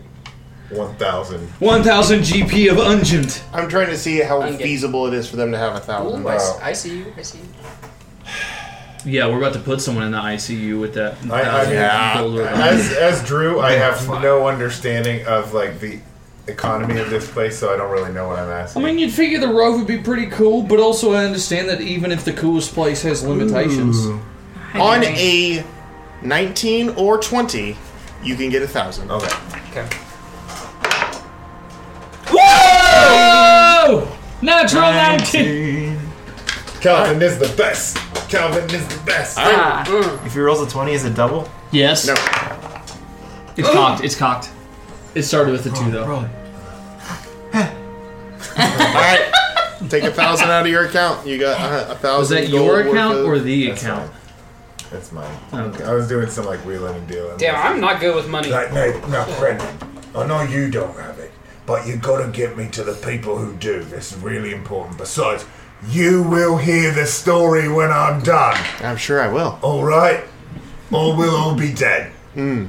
1,000. 1,000 GP of Ungent. I'm trying to see how feasible it is for them to have a thousand. Ooh, I s- I, see you, I see you. Yeah, we're about to put someone in the ICU with that. I, I mean, as, as Drew, I have no understanding of like the economy of this place, so I don't really know what I'm I asking. mean, you'd figure the Rove would be pretty cool, but also I understand that even if the coolest place has limitations. On a 19 or 20, you can get a thousand. Okay. Okay. Whoa! Natural 19! Calvin is the best! Calvin is the best! If he rolls a 20, is it double? Yes. No. It's cocked. It's cocked. It started with a two, though. All right. Take a thousand out of your account. You got uh, a Was thousand. that your gold worth account of- or the account? That's mine. I was doing some like wheeling and dealing. Damn, I'm not good with money. Like, no, no, Brendan, I know you don't have it, but you gotta get me to the people who do. This is really important. Besides, you will hear the story when I'm done. I'm sure I will. All right? Or we'll all be dead. Hmm.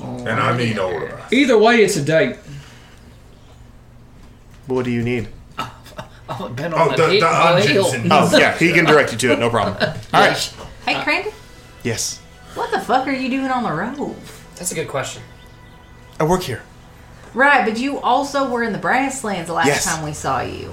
And I mean all of us. Either way, it's a date. What do you need? Oh, Ben Oh, on the- the, the the, objects the in- Oh, yeah, he can direct you to it. No problem. All right. Hey, Crandon, Yes. what the fuck are you doing on the rove? That's a good question. I work here. Oh, Right, but you also were in the Brasslands the last Yes. time we saw you.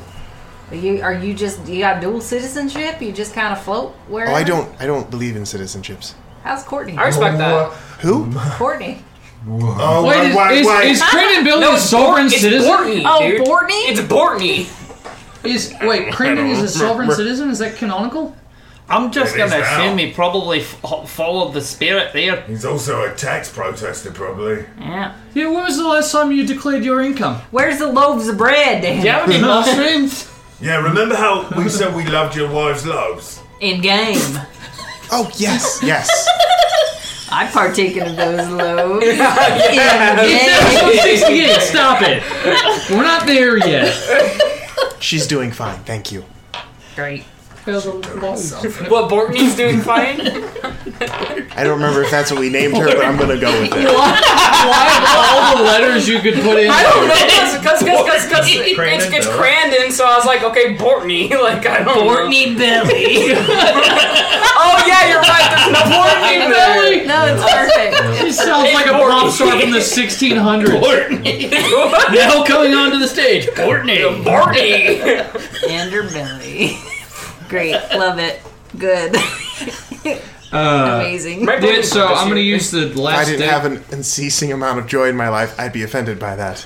Are you are you just you got dual citizenship? You just kind of float wherever. Oh, I don't. I don't believe in citizenships. How's Courtney? I respect that. Who? Courtney. Oh, Wait, is- is- is Crandon Bill no, a it's sovereign Bort- citizen? It's Bortney, Oh, dude. Bortney? It's Bortney. Is wait, Crandon is a sovereign citizen? Is that canonical? I'm just It is gonna now. assume he probably f- followed the spirit there. He's also a tax protester, probably. Yeah. Yeah. When was the last time you declared your income? Where's the loaves of bread, Dan? Do you have any mushrooms? Yeah, remember how we said we loved your wives' loaves? In game, Oh, yes, yes. I've partaken of those loaves. It's episode 68. Stop it. We're not there yet. She's doing fine. Thank you. Great. What Bortney's doing fine? I don't remember if that's what we named her, but I'm gonna go with it. All the letters you could put in. I don't know, cause cause cause cause, 'cause it, Crandon, it's, it's though. Crandon, so I was like, okay, Bortney, like I don't. know. Courtney Billy. Oh yeah, you're right. There's no Bortney there. Really? No, it's perfect. He sounds like a pop star from the 1600s. Now coming onto the stage, Courtney. Bortney. And your Billy. Great. Love it. Good. Uh, Amazing. Uh, Yeah, so I'm gonna use the If I last. didn't day- have an unceasing amount of joy in my life, I'd be offended by that.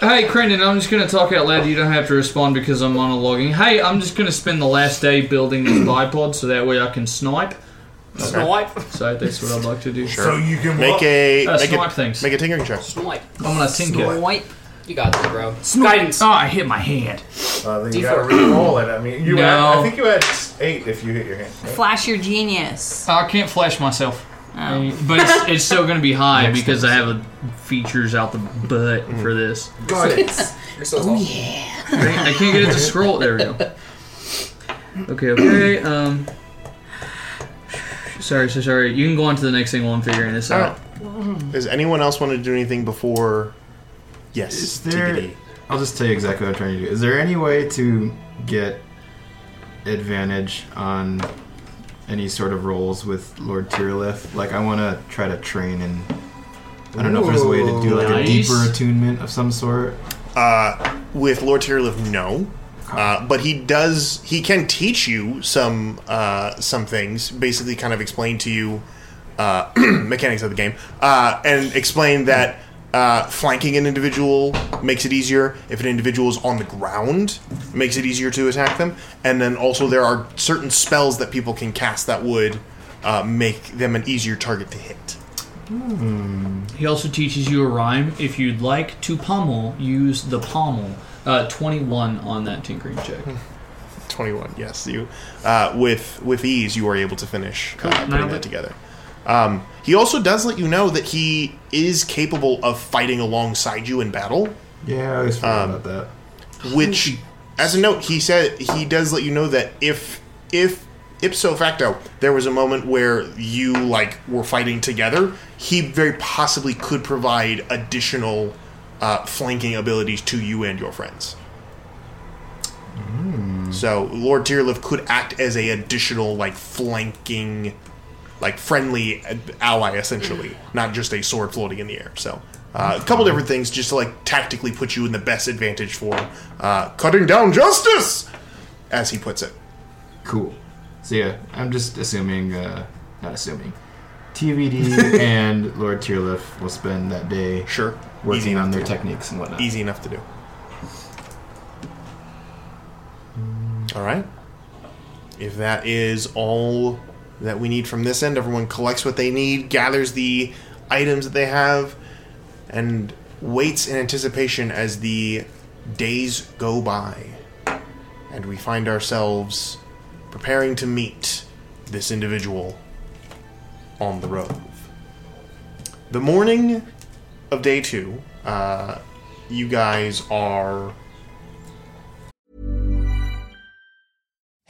Hey, Crandon, I'm just going to talk out loud. You don't have to respond because I'm monologuing. Hey, I'm just going to spend the last day building this bipod so that way I can snipe. snipe. So that's what I'd like to do. So you can Make walk- a Uh, make snipe a things. make a tinkering check. Snipe. I'm going to tinker. Wipe. You got this, bro. Guidance. Oh, I hit my hand. Uh, then you D4. gotta re-roll it. I mean, you had, No. I think you had eight if you hit your hand. right? Flash your genius. I can't flash myself. Oh. Uh, But it's, it's still going to be high because I have a features out the butt for this. You're Oh, so tall. I can't get it to scroll. There we go. Okay, okay. Um, sorry, so sorry. You can go on to the next thing while I'm figuring this All out. right. Does anyone else want to do anything before? Yes. Is there- I'll just tell you exactly what I'm trying to do. Is there any way to get advantage on any sort of roles with Lord Tirlith? Like, I want to try to train and I don't know if there's a way to do like a deeper attunement of some sort. Uh, with Lord Tirlith, no. Uh, but he does. He can teach you some uh, some things. Basically, kind of explain to you uh, mechanics of the game, uh, and explain that uh, flanking an individual makes it easier. If an individual is on the ground, it makes it easier to attack them. And then also there are certain spells that people can cast that would uh, make them an easier target to hit. He also teaches you a rhyme. If you'd like to pommel, use the pommel. Uh, 21 on that tinkering check. 21 Hmm. yes you uh, with with ease you are able to finish uh, putting Nailed that it. together um, he also does let you know that he is capable of fighting alongside you in battle Um, Yeah, I always forgot about that. which as a note he said he does let you know that if if ipso facto there was a moment where you like were fighting together he very possibly could provide additional uh, flanking abilities to you and your friends so Lord Tirlith could act as a additional like flanking, like friendly ally essentially, not just a sword floating in the air. So uh, a couple different things just to like tactically put you in the best advantage for uh, cutting down justice, as he puts it. Cool. So yeah, I'm just assuming, uh, not assuming. TVD and Lord Tierliff will spend that day sure working Easy on enough their to do. techniques and whatnot. Easy enough to do. All right. If that is all that we need from this end, everyone collects what they need, gathers the items that they have, and waits in anticipation as the days go by. And we find ourselves preparing to meet this individual on the road. The morning of day two, uh, you guys are.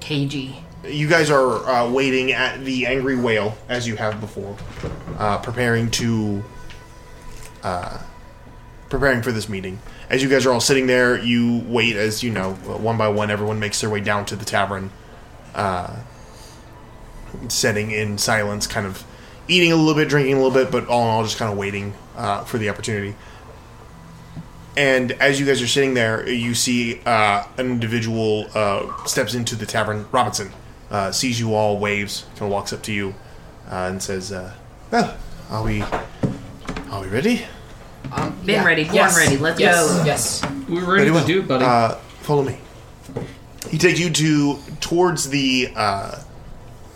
Cagey. You guys are uh, waiting at the angry whale as you have before, uh, preparing to, uh, preparing for this meeting. As you guys are all sitting there, you wait as you know one by one. Everyone makes their way down to the tavern, uh, sitting in silence, kind of eating a little bit, drinking a little bit, but all in all, just kind of waiting uh, for the opportunity. And as you guys are sitting there, you see uh, an individual uh, steps into the tavern. Robinson uh, sees you all, waves, kind of walks up to you, uh, and says, uh, "Well, are we are we ready? Um, Been ready, born ready, let's yes. go. Yes. We're Very well. Uh, follow me. He takes you to towards the uh,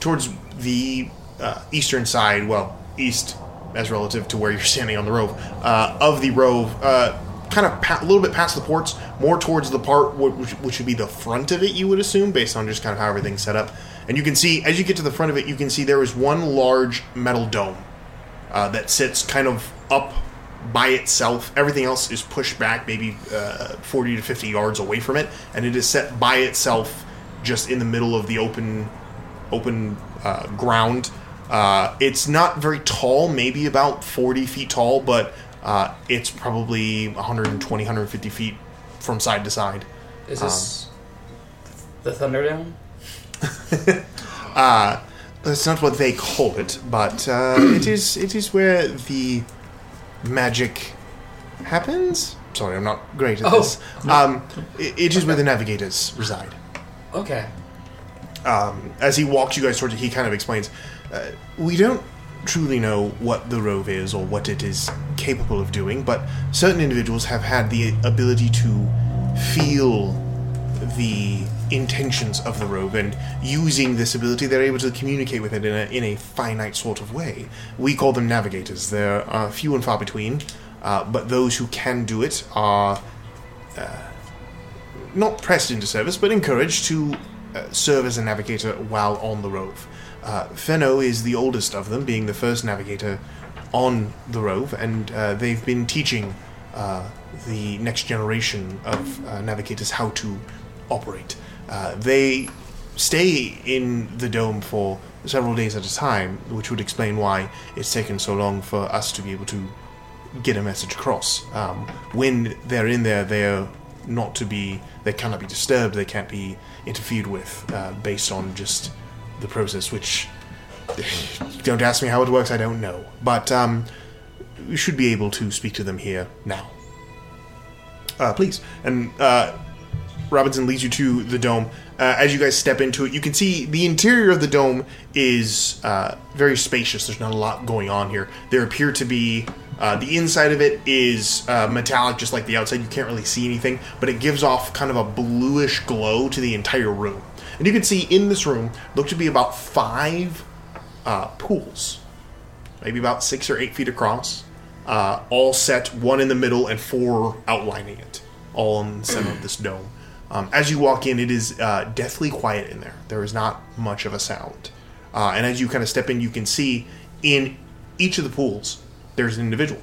towards the uh, eastern side. Well, east as relative to where you're standing on the rove uh, of the rove. Uh, kind of a pa- little bit past the ports, more towards the part wh- which, which would be the front of it. You would assume based on just kind of how everything's set up. And you can see as you get to the front of it, you can see there is one large metal dome uh, that sits kind of up by itself. Everything else is pushed back maybe uh, 40 to 50 yards away from it, and it is set by itself just in the middle of the open open uh, ground. Uh, it's not very tall, maybe about 40 feet tall, but uh, it's probably 120, 150 feet from side to side. Is Um, this Um, the Thunderdome? Uh, that's not what they call it, but uh, it is it is where the magic happens. Sorry, I'm not great at Oh. this. Um, i- it is where the navigators reside. Okay. Um, as he walks you guys towards it, he kind of explains, uh, "We don't truly know what the rove is or what it is capable of doing, but certain individuals have had the ability to feel the intentions of the robe and using this ability they're able to communicate with it in a, in a finite sort of way we call them navigators there are few and far between uh, but those who can do it are uh, not pressed into service but encouraged to uh, serve as a navigator while on the rove uh, Fenno is the oldest of them being the first navigator on the rove and uh, they've been teaching uh, the next generation of uh, navigators how to operate. Uh, they stay in the dome for several days at a time, which would explain why it's taken so long for us to be able to get a message across. Um, when they're in there, they're not to be, they cannot be disturbed, they can't be interfered with uh, based on just the process, which don't ask me how it works, I don't know. But um, you should be able to speak to them here now. Uh, please. And uh, Robinson leads you to the dome. Uh, as you guys step into it, you can see the interior of the dome is uh, very spacious. There's not a lot going on here. There appear to be. Uh, the inside of it is uh, metallic, just like the outside. You can't really see anything, but it gives off kind of a bluish glow to the entire room. And you can see in this room look to be about five uh, pools maybe about six or eight feet across, uh, all set one in the middle and four outlining it, all in the center of this dome. Um, as you walk in, it is uh, deathly quiet in there. There is not much of a sound. Uh, and as you kind of step in, you can see in each of the pools, there's an individual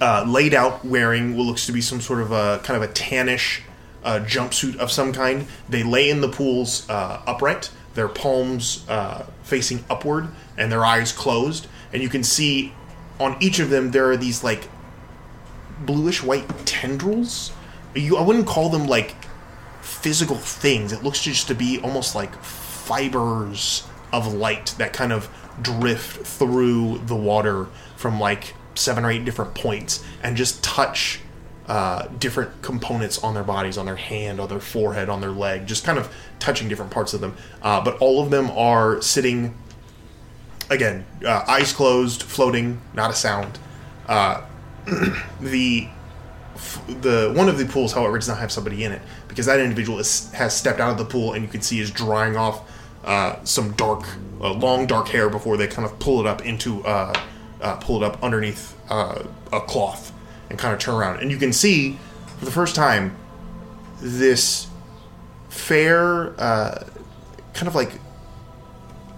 uh, laid out wearing what looks to be some sort of a kind of a tannish uh, jumpsuit of some kind. They lay in the pools uh, upright, their palms uh, facing upward, and their eyes closed. And you can see on each of them there are these like bluish white tendrils. You, I wouldn't call them like physical things. It looks just to be almost like fibers of light that kind of drift through the water from like seven or eight different points and just touch uh, different components on their bodies, on their hand, on their forehead, on their leg, just kind of touching different parts of them. Uh, but all of them are sitting again, uh, eyes closed, floating, not a sound. Uh, the f- the one of the pools, however, does not have somebody in it because that individual is, has stepped out of the pool, and you can see is drying off uh, some dark, uh, long dark hair before they kind of pull it up into uh, uh, pull it up underneath uh, a cloth and kind of turn around, and you can see for the first time this fair, uh, kind of like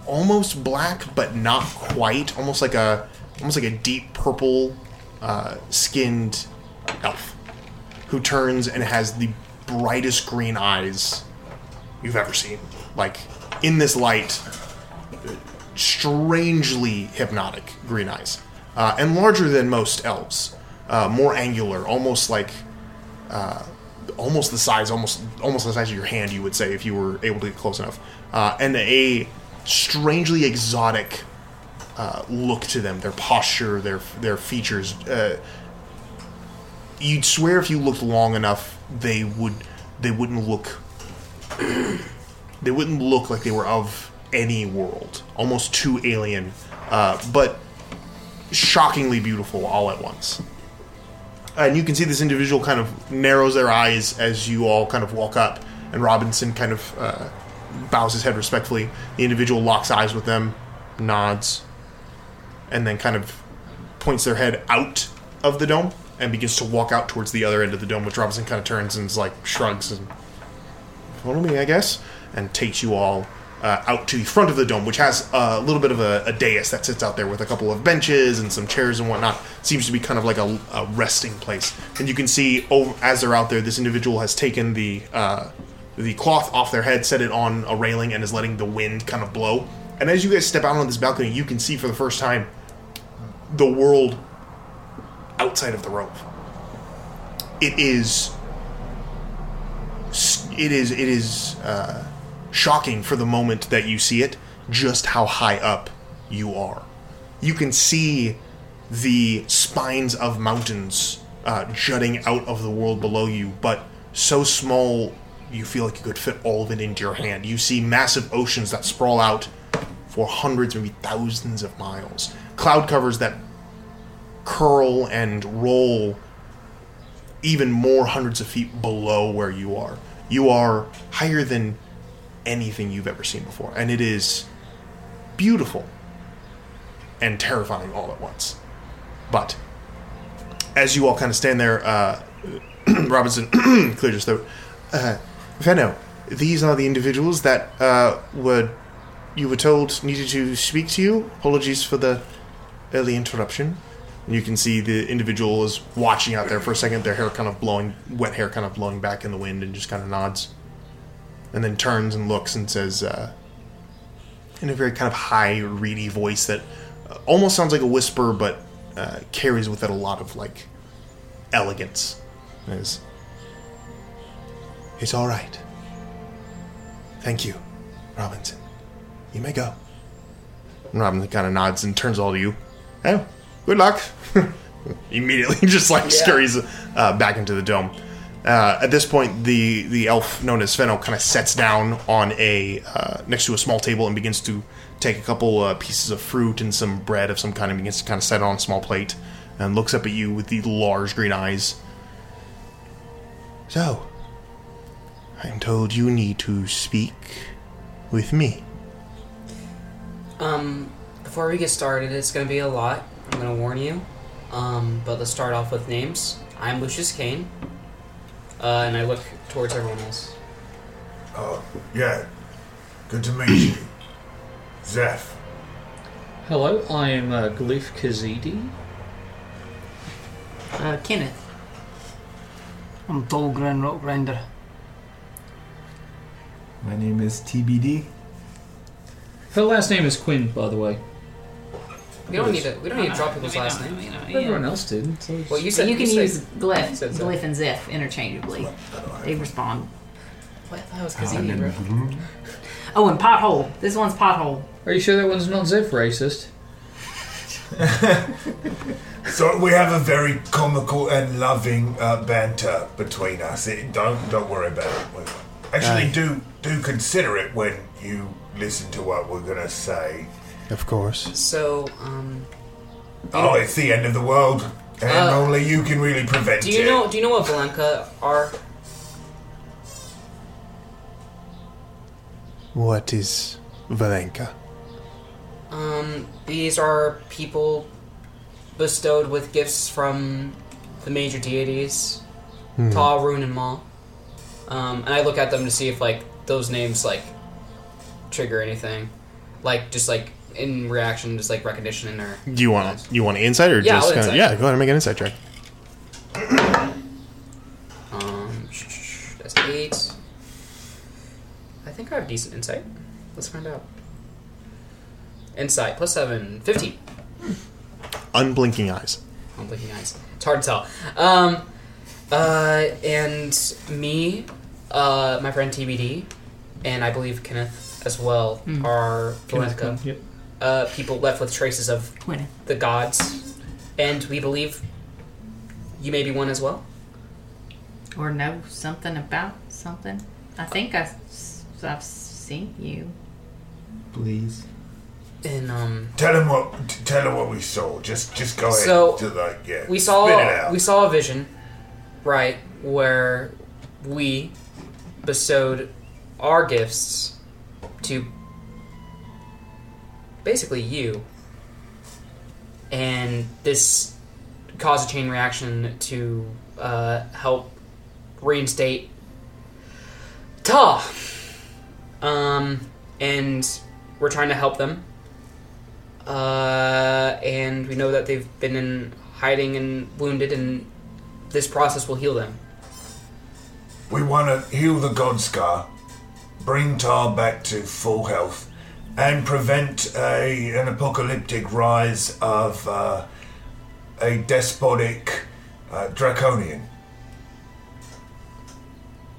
almost black but not quite almost like a almost like a deep purple uh, skinned elf who turns and has the brightest green eyes you've ever seen like in this light strangely hypnotic green eyes uh, and larger than most elves uh, more angular almost like uh, almost the size, almost almost the size of your hand, you would say, if you were able to get close enough. Uh, and a strangely exotic uh, look to them, their posture, their their features. Uh, you'd swear if you looked long enough, they would they wouldn't look they wouldn't look like they were of any world, almost too alien, uh, but shockingly beautiful all at once. And you can see this individual kind of narrows their eyes as you all kind of walk up, and Robinson kind of uh, bows his head respectfully. The individual locks eyes with them, nods, and then kind of points their head out of the dome and begins to walk out towards the other end of the dome, which Robinson kind of turns and is like shrugs and follow me, I guess, and takes you all uh, out to the front of the dome, which has a little bit of a, a dais that sits out there with a couple of benches and some chairs and whatnot. Seems to be kind of like a, a resting place. And you can see over, as they're out there, this individual has taken the uh, the cloth off their head, set it on a railing, and is letting the wind kind of blow. And as you guys step out on this balcony, you can see for the first time the world outside of the rope. It is. It is. It is uh, shocking for the moment that you see it, just how high up you are. You can see the spines of mountains uh, jutting out of the world below you, but so small you feel like you could fit all of it into your hand. You see massive oceans that sprawl out for hundreds, maybe thousands of miles. Cloud covers that curl and roll even more hundreds of feet below where you are. You are higher than anything you've ever seen before, and it is beautiful and terrifying all at once. But as you all kind of stand there, uh, Robinson clears his throat. Uh, Venno, these are the individuals that uh, were you were told needed to speak to you. Apologies for the early interruption. And you can see the individual is watching out there for a second, their hair kind of blowing, wet hair kind of blowing back in the wind, and just kind of nods. And then turns and looks and says, uh, in a very kind of high, reedy voice that uh, almost sounds like a whisper, but uh, carries with it a lot of like elegance. Is it's all right. Thank you, Robinson. You may go. And Robinson kind of nods and turns all to you. Oh, good luck. Immediately, just like scurries uh, back into the dome. Uh, at this point, the the elf known as Fenno kind of sets down on a uh, next to a small table and begins to take a couple uh, pieces of fruit and some bread of some kind and begins to kind of set it on a small plate and looks up at you with the large green eyes. So, I'm told you need to speak with me. Um, before we get started, it's going to be a lot. I'm going to warn you. Um, but let's start off with names. I'm Lucius Kane. Uh, and I look towards everyone else. Oh, yeah. Good to meet you. Zeph. Hello, I am uh, Glyph Kazidi. Uh, Kenneth. I'm Dolgren Rockrinder. My name is TBD. Her last name is Quinn, by the way. We don't need to. We don't need to drop people's last names. Everyone else did. So Well, you said- Oh, you can you said- use glyph, you said so. glyph and ziff interchangeably. They respond. What? That was Kazini, bro. Oh, and pothole. This one's pothole. Are you sure that one's not Ziff racist? So we have a very comical and loving uh, banter between us. It, don't don't worry about it. We- Actually, Aye. do do consider it when you listen to what we're gonna say. Of course. So, um, Oh, it's the end of the world, and Uh, only you can really prevent do you it. know? Do you know what Blanca are? What is Valenka? Um, these are people bestowed with gifts from the major deities, Hmm. Ta, Rune, and Ma. Um, and I look at them to see if like those names like trigger anything, like just like in reaction, just like recognition in her. Do you want you want insight or Yeah, I'll just kinda- insight. yeah? Go ahead and make an insight check. Um, sh- sh- sh- that's eight. I think I have decent insight. Let's find out. Insight plus seven, 15. Unblinking eyes. I'm blinking eyes. It's hard to tell. Um, uh, and me, uh, my friend TBD, and I believe Kenneth as well Hmm. are Kenneth Valenka, Quinn, yep. uh, people left with traces of Quinn. the gods, and we believe you may be one as well. or know something about something. I think I, have seen you. Please. And um, Tell him what. t- Tell him what we saw. Just, just go So, ahead. To like, yeah. we Spit it saw out. we saw a vision, right, where we bestowed our gifts to basically you, and this caused a chain reaction to uh, help reinstate Ta. Um, and we're trying to help them. Uh, and we know that they've been in hiding and wounded, and this process will heal them. We want to heal the God Scar, bring Tar back to full health, and prevent a, an apocalyptic rise of uh, a despotic uh, draconian.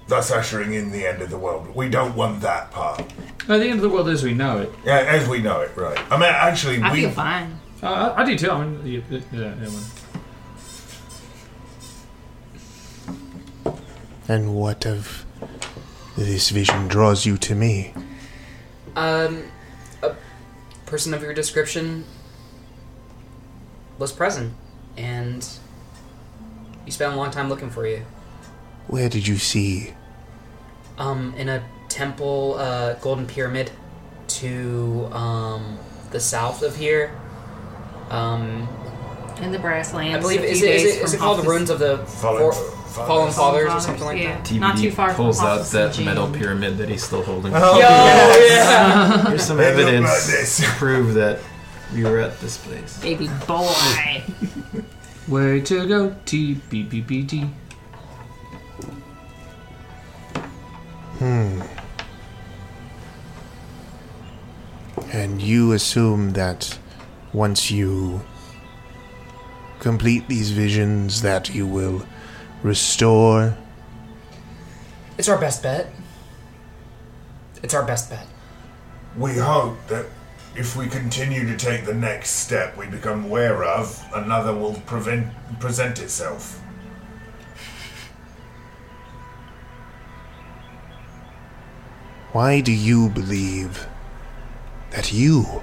Thus ushering in the end of the world. We don't want that part. At the end of the world as we know it. Yeah, as we know it, right. I mean, actually, I we. feel fine. Uh, I I do too. I mean, yeah, yeah, yeah, well. And what of this vision draws you to me? Um, a person of your description was present, and you spent a long time looking for you. Where did you see? um, in a temple, uh, golden pyramid, to um, the south of here. Um, In the Brasslands. I believe is it, is it, is it called the ruins of the Fallen fallen, fallen fathers or something like that? TBD Not too far from pulls out Hoffa's that Gene. metal pyramid that he's still holding. Oh, Yo, yes. yeah. Here's some They look like evidence this. to prove that we were at this place. Baby boy. Where to go? T B B B D. Hmm. And you assume that once you complete these visions that you will restore It's our best bet. It's our best bet. We hope that if we continue to take the next step we become aware of, another will prevent, present itself. Why do you believe that you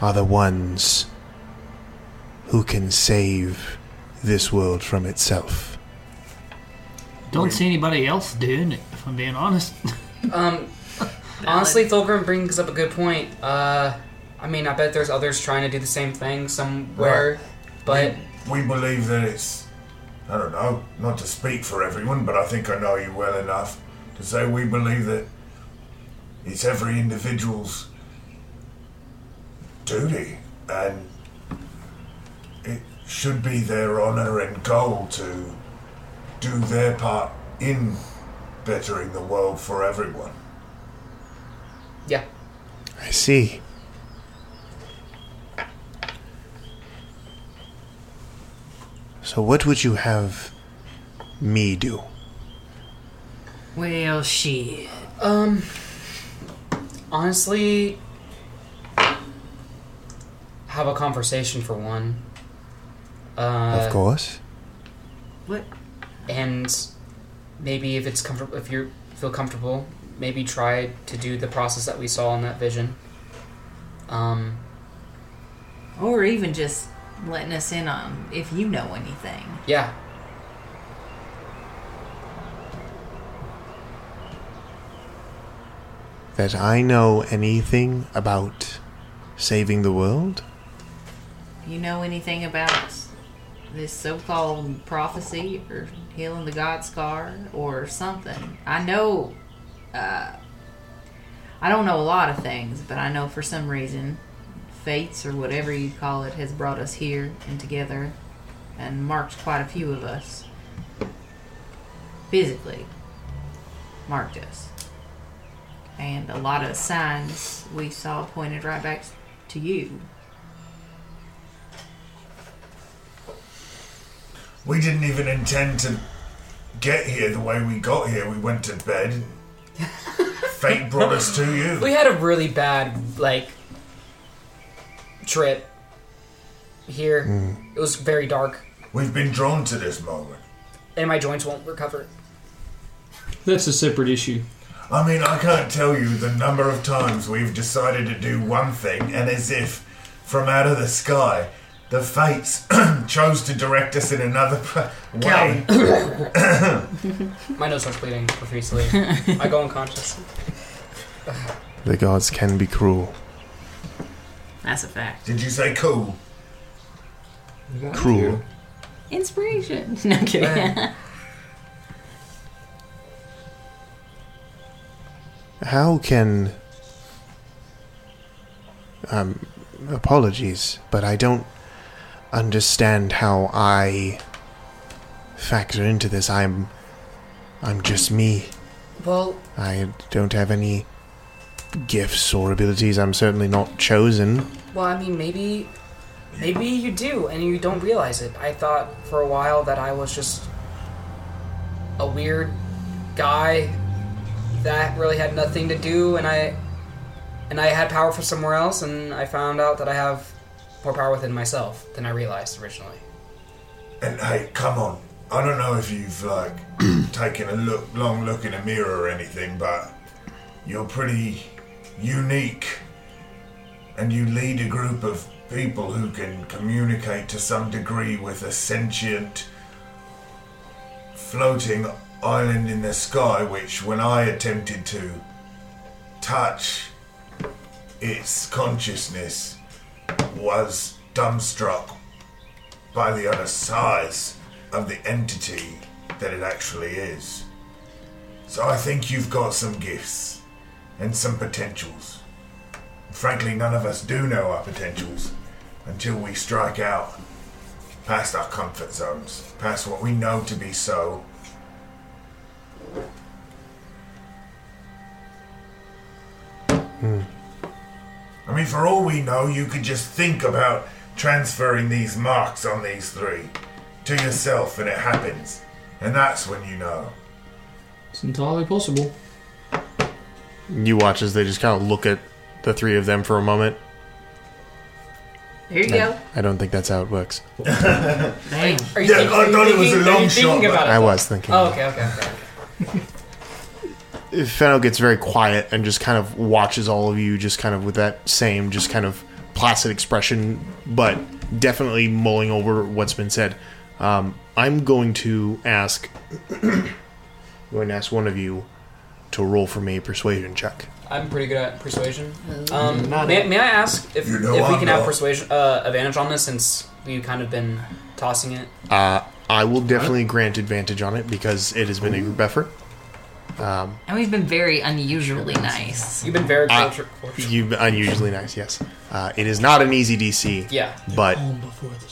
are the ones who can save this world from itself? Don't see anybody else doing it, if I'm being honest. Um, honestly, Thulgrim brings up a good point. Uh, I mean, I bet there's others trying to do the same thing somewhere, but We believe that it's. I don't know, not to speak for everyone, but I think I know you well enough to say we believe that it's every individual's duty and it should be their honor and goal to do their part in bettering the world for everyone. I see. So, what would you have me do? Well, shit. Um, honestly, have a conversation for one. Uh, of course. What? And maybe if it's comfortable, if you feel comfortable, maybe try to do the process that we saw in that vision. Um, Or even just letting us in on if you know anything. yeah. That I know anything about saving the world? You know anything about this so called prophecy or healing the God scar or something? I know. Uh, I don't know a lot of things, but I know for some reason, fates or whatever you call it has brought us here and together and marked quite a few of us. Physically, marked us. And a lot of signs we saw pointed right back to you. We didn't even intend to get here the way we got here. We went to bed. Fate brought us to you. We had a really bad like trip here. It was very dark. Hmm. We've been drawn to this moment. And my joints won't recover. That's a separate issue. I mean, I can't tell you the number of times we've decided to do one thing, and as if from out of the sky, the fates chose to direct us in another pla- way. my nose starts bleeding profusely. I go unconscious. The gods can be cruel. That's a fact. Did you say cool? Cruel. Inspiration. No I'm kidding. How can. Um, apologies, but I don't understand how I factor into this. I'm. I'm just me. Well, I don't have any gifts or abilities. I'm certainly not chosen. well, I mean, maybe, maybe you do, and you don't realize it. I thought for a while that I was just a weird guy that really had nothing to do, and I, and I had power from somewhere else, and I found out that I have more power within myself than I realized originally. And hey, come on. I don't know if you've like taken a look, long look in a mirror or anything, but you're pretty unique, and you lead a group of people who can communicate to some degree with a sentient, floating island in the sky. Which, when I attempted to touch its consciousness, was dumbstruck by the utter size of the entity that it actually is. So I think you've got some gifts and some potentials. Frankly, none of us do know our potentials until we strike out past our comfort zones, past what we know to be so. I mean, for all we know, you could just think about transferring these marks on these three to yourself and it happens. And that's when you know. It's entirely possible. You watch as they just kind of look at the three of them for a moment. Here you I- go. I don't think that's how it works. Dang. Are you thinking- are you thinking- are you thinking about it? I was thinking. Oh, okay, okay, okay. Fennel gets very quiet and just kind of watches all of you, just kind of with that same, just kind of placid expression, but definitely mulling over what's been said. Um, I'm going to ask, I'm going to ask one of you to roll for me a persuasion check. I'm pretty good at persuasion. Um, Not may, it. may I ask if, You know if we I'm can have not. persuasion uh, advantage on this since we've kind of been tossing it? Uh, I will definitely grant advantage on it because it has been a group effort. Um, And we've been very unusually nice. You've been very Uh, You've been unusually nice, yes. Uh, it is not an easy DC. Yeah. But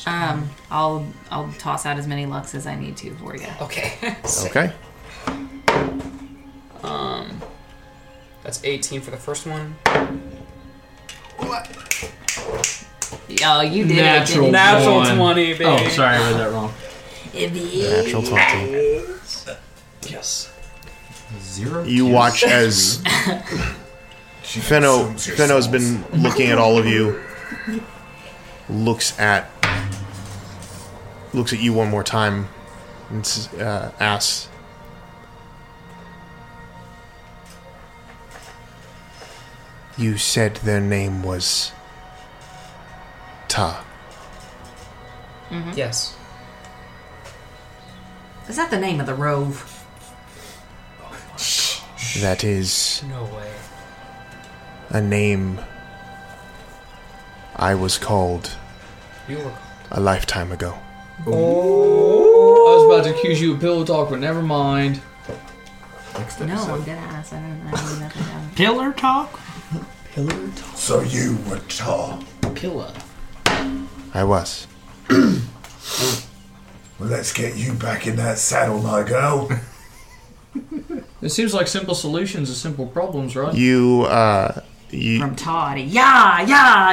Um, I'll I'll toss out as many lucks as I need to for you. Okay. okay. Um, that's 18 for the first one. Oh, you Natural did it. didn't you? Natural one. 20, baby. Oh, sorry, I read that wrong. Natural 20. Yes. Zero. You watch as Fenno consumes your Fenno's been souls. looking at all of you. Looks at looks at you one more time and s- uh, asks, "You said their name was Ta." Mm-hmm. Yes. Is that the name of the rove? That is No way. a name I was called You were. a lifetime ago. Oh, I was about to accuse you of pillow talk, but never mind. No, I'm gonna ask. I don't know nothing about it. Pillar talk? Pillar talk. So you were tall. Pillar. I was. Well, let's get you back in that saddle, my girl. It seems like simple solutions are simple problems, right? You, uh, you, From Toddy. Yeah, yeah,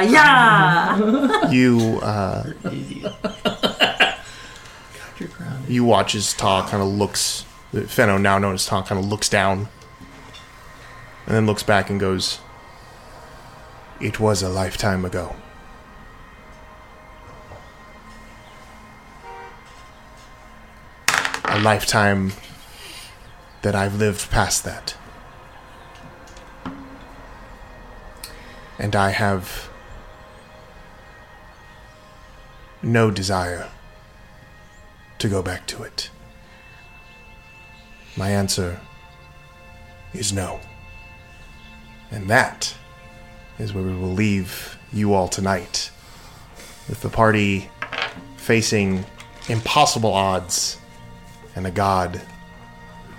yeah. you, uh, you watch as Ta kind of looks, Fenno, now known as Ta, kind of looks down and then looks back and goes, It was a lifetime ago. a lifetime that I've lived past that. And I have no desire to go back to it. My answer is no. And that is where we will leave you all tonight, with the party facing impossible odds and a god who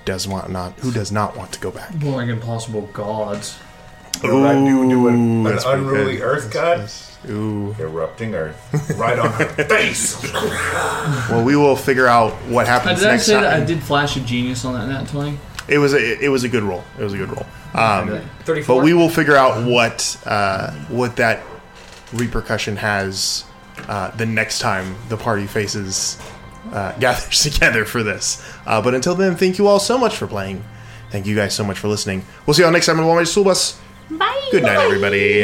does want not who does not want to go back. More like impossible gods. Ooh, An that's pretty unruly good. Earth God? Ooh. Erupting Earth. Right on her face! Well, we will figure out what Uh, happens did I next say time. that I did flash of genius on that nat twenty? It was a, it was a good roll. It was a good roll. Um, Okay. but we will figure out what uh, what that repercussion has uh, the next time the party faces uh, gathers together for this. Uh, but until then, thank you all so much for playing. Thank you guys so much for listening. We'll see y'all next time on the Walmart School Bus. Bye. Good night, everybody.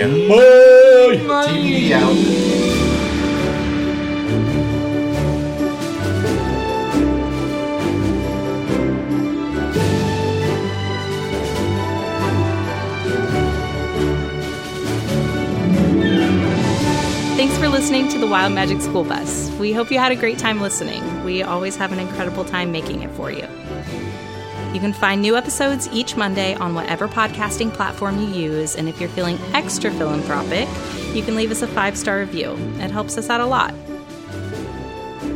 Thanks for listening to the Wild Magic School Bus. We hope you had a great time listening. We always have an incredible time making it for you. You can find new episodes each Monday on whatever podcasting platform you use, and if you're feeling extra philanthropic, you can leave us a five star review. It helps us out a lot.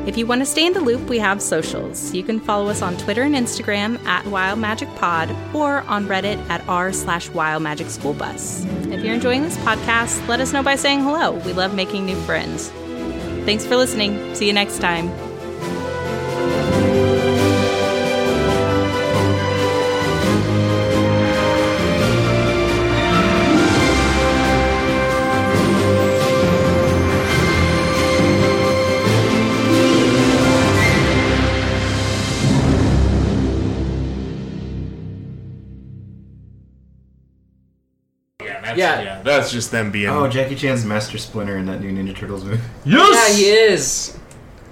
If you want to stay in the loop, we have socials. You can follow us on Twitter and Instagram at Wild Magic Pod or on Reddit at r slash Wild Magic School Bus. If you're enjoying this podcast, let us know by saying hello. We love making new friends. Thanks for listening. See you next time. Yeah, that's- Yeah. yeah, that's just them being. Oh, Jackie Chan's Master Splinter in that new Ninja Turtles movie. Yeah, he is.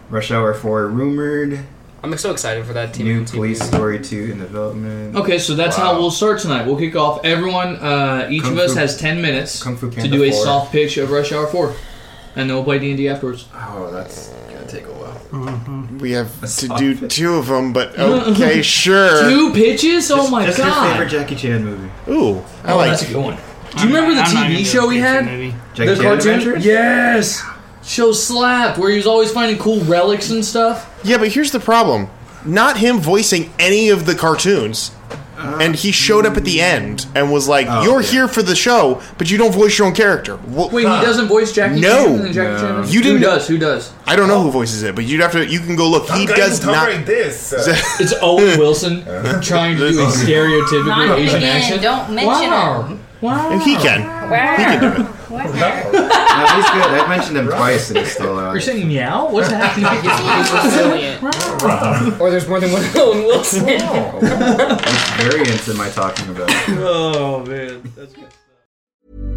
Rush Hour 4 rumored. I'm so excited for that TV. New Police Story 2 in development. Okay, so that's how we'll start tonight. We'll kick off. Everyone, uh, each Kung of us Fu- has ten minutes Kung Fu to Panda do a 4. soft pitch of Rush Hour Four, and then we'll play D and D afterwards. Oh, that's gonna take a while. We have to soft do fit. two of them, but okay, sure. Two pitches? Oh my Just god! your favorite Jackie Chan movie. Ooh, I Oh, like that's a it. good one. Do you remember the I'm not TV even show we had? the Jackie Chan Adventures? Yes. Show slapped where he was always finding cool relics and stuff. Yeah, but here's the problem. Not him voicing any of the cartoons. and he showed up at the end and was like, "You're here for the show, but you don't voice your own character." Wha- Wait, he doesn't voice Jackie Chan No, in the Jackie Chan movie? you didn't. Who does? Who does? I don't know who voices it, but you'd have to. You can go look. He I'm does gonna not. tolerate this. uh, it's Owen Wilson trying to do a stereotypical Not Asian again, accent. don't mention wow. him. Wow. And he can. He can do it. no, he's good. I've mentioned him twice and he's still out. You're saying meow? What's happening? or there's more than one Owen Wilson. Oh, Variants am I talking about? oh man, that's good.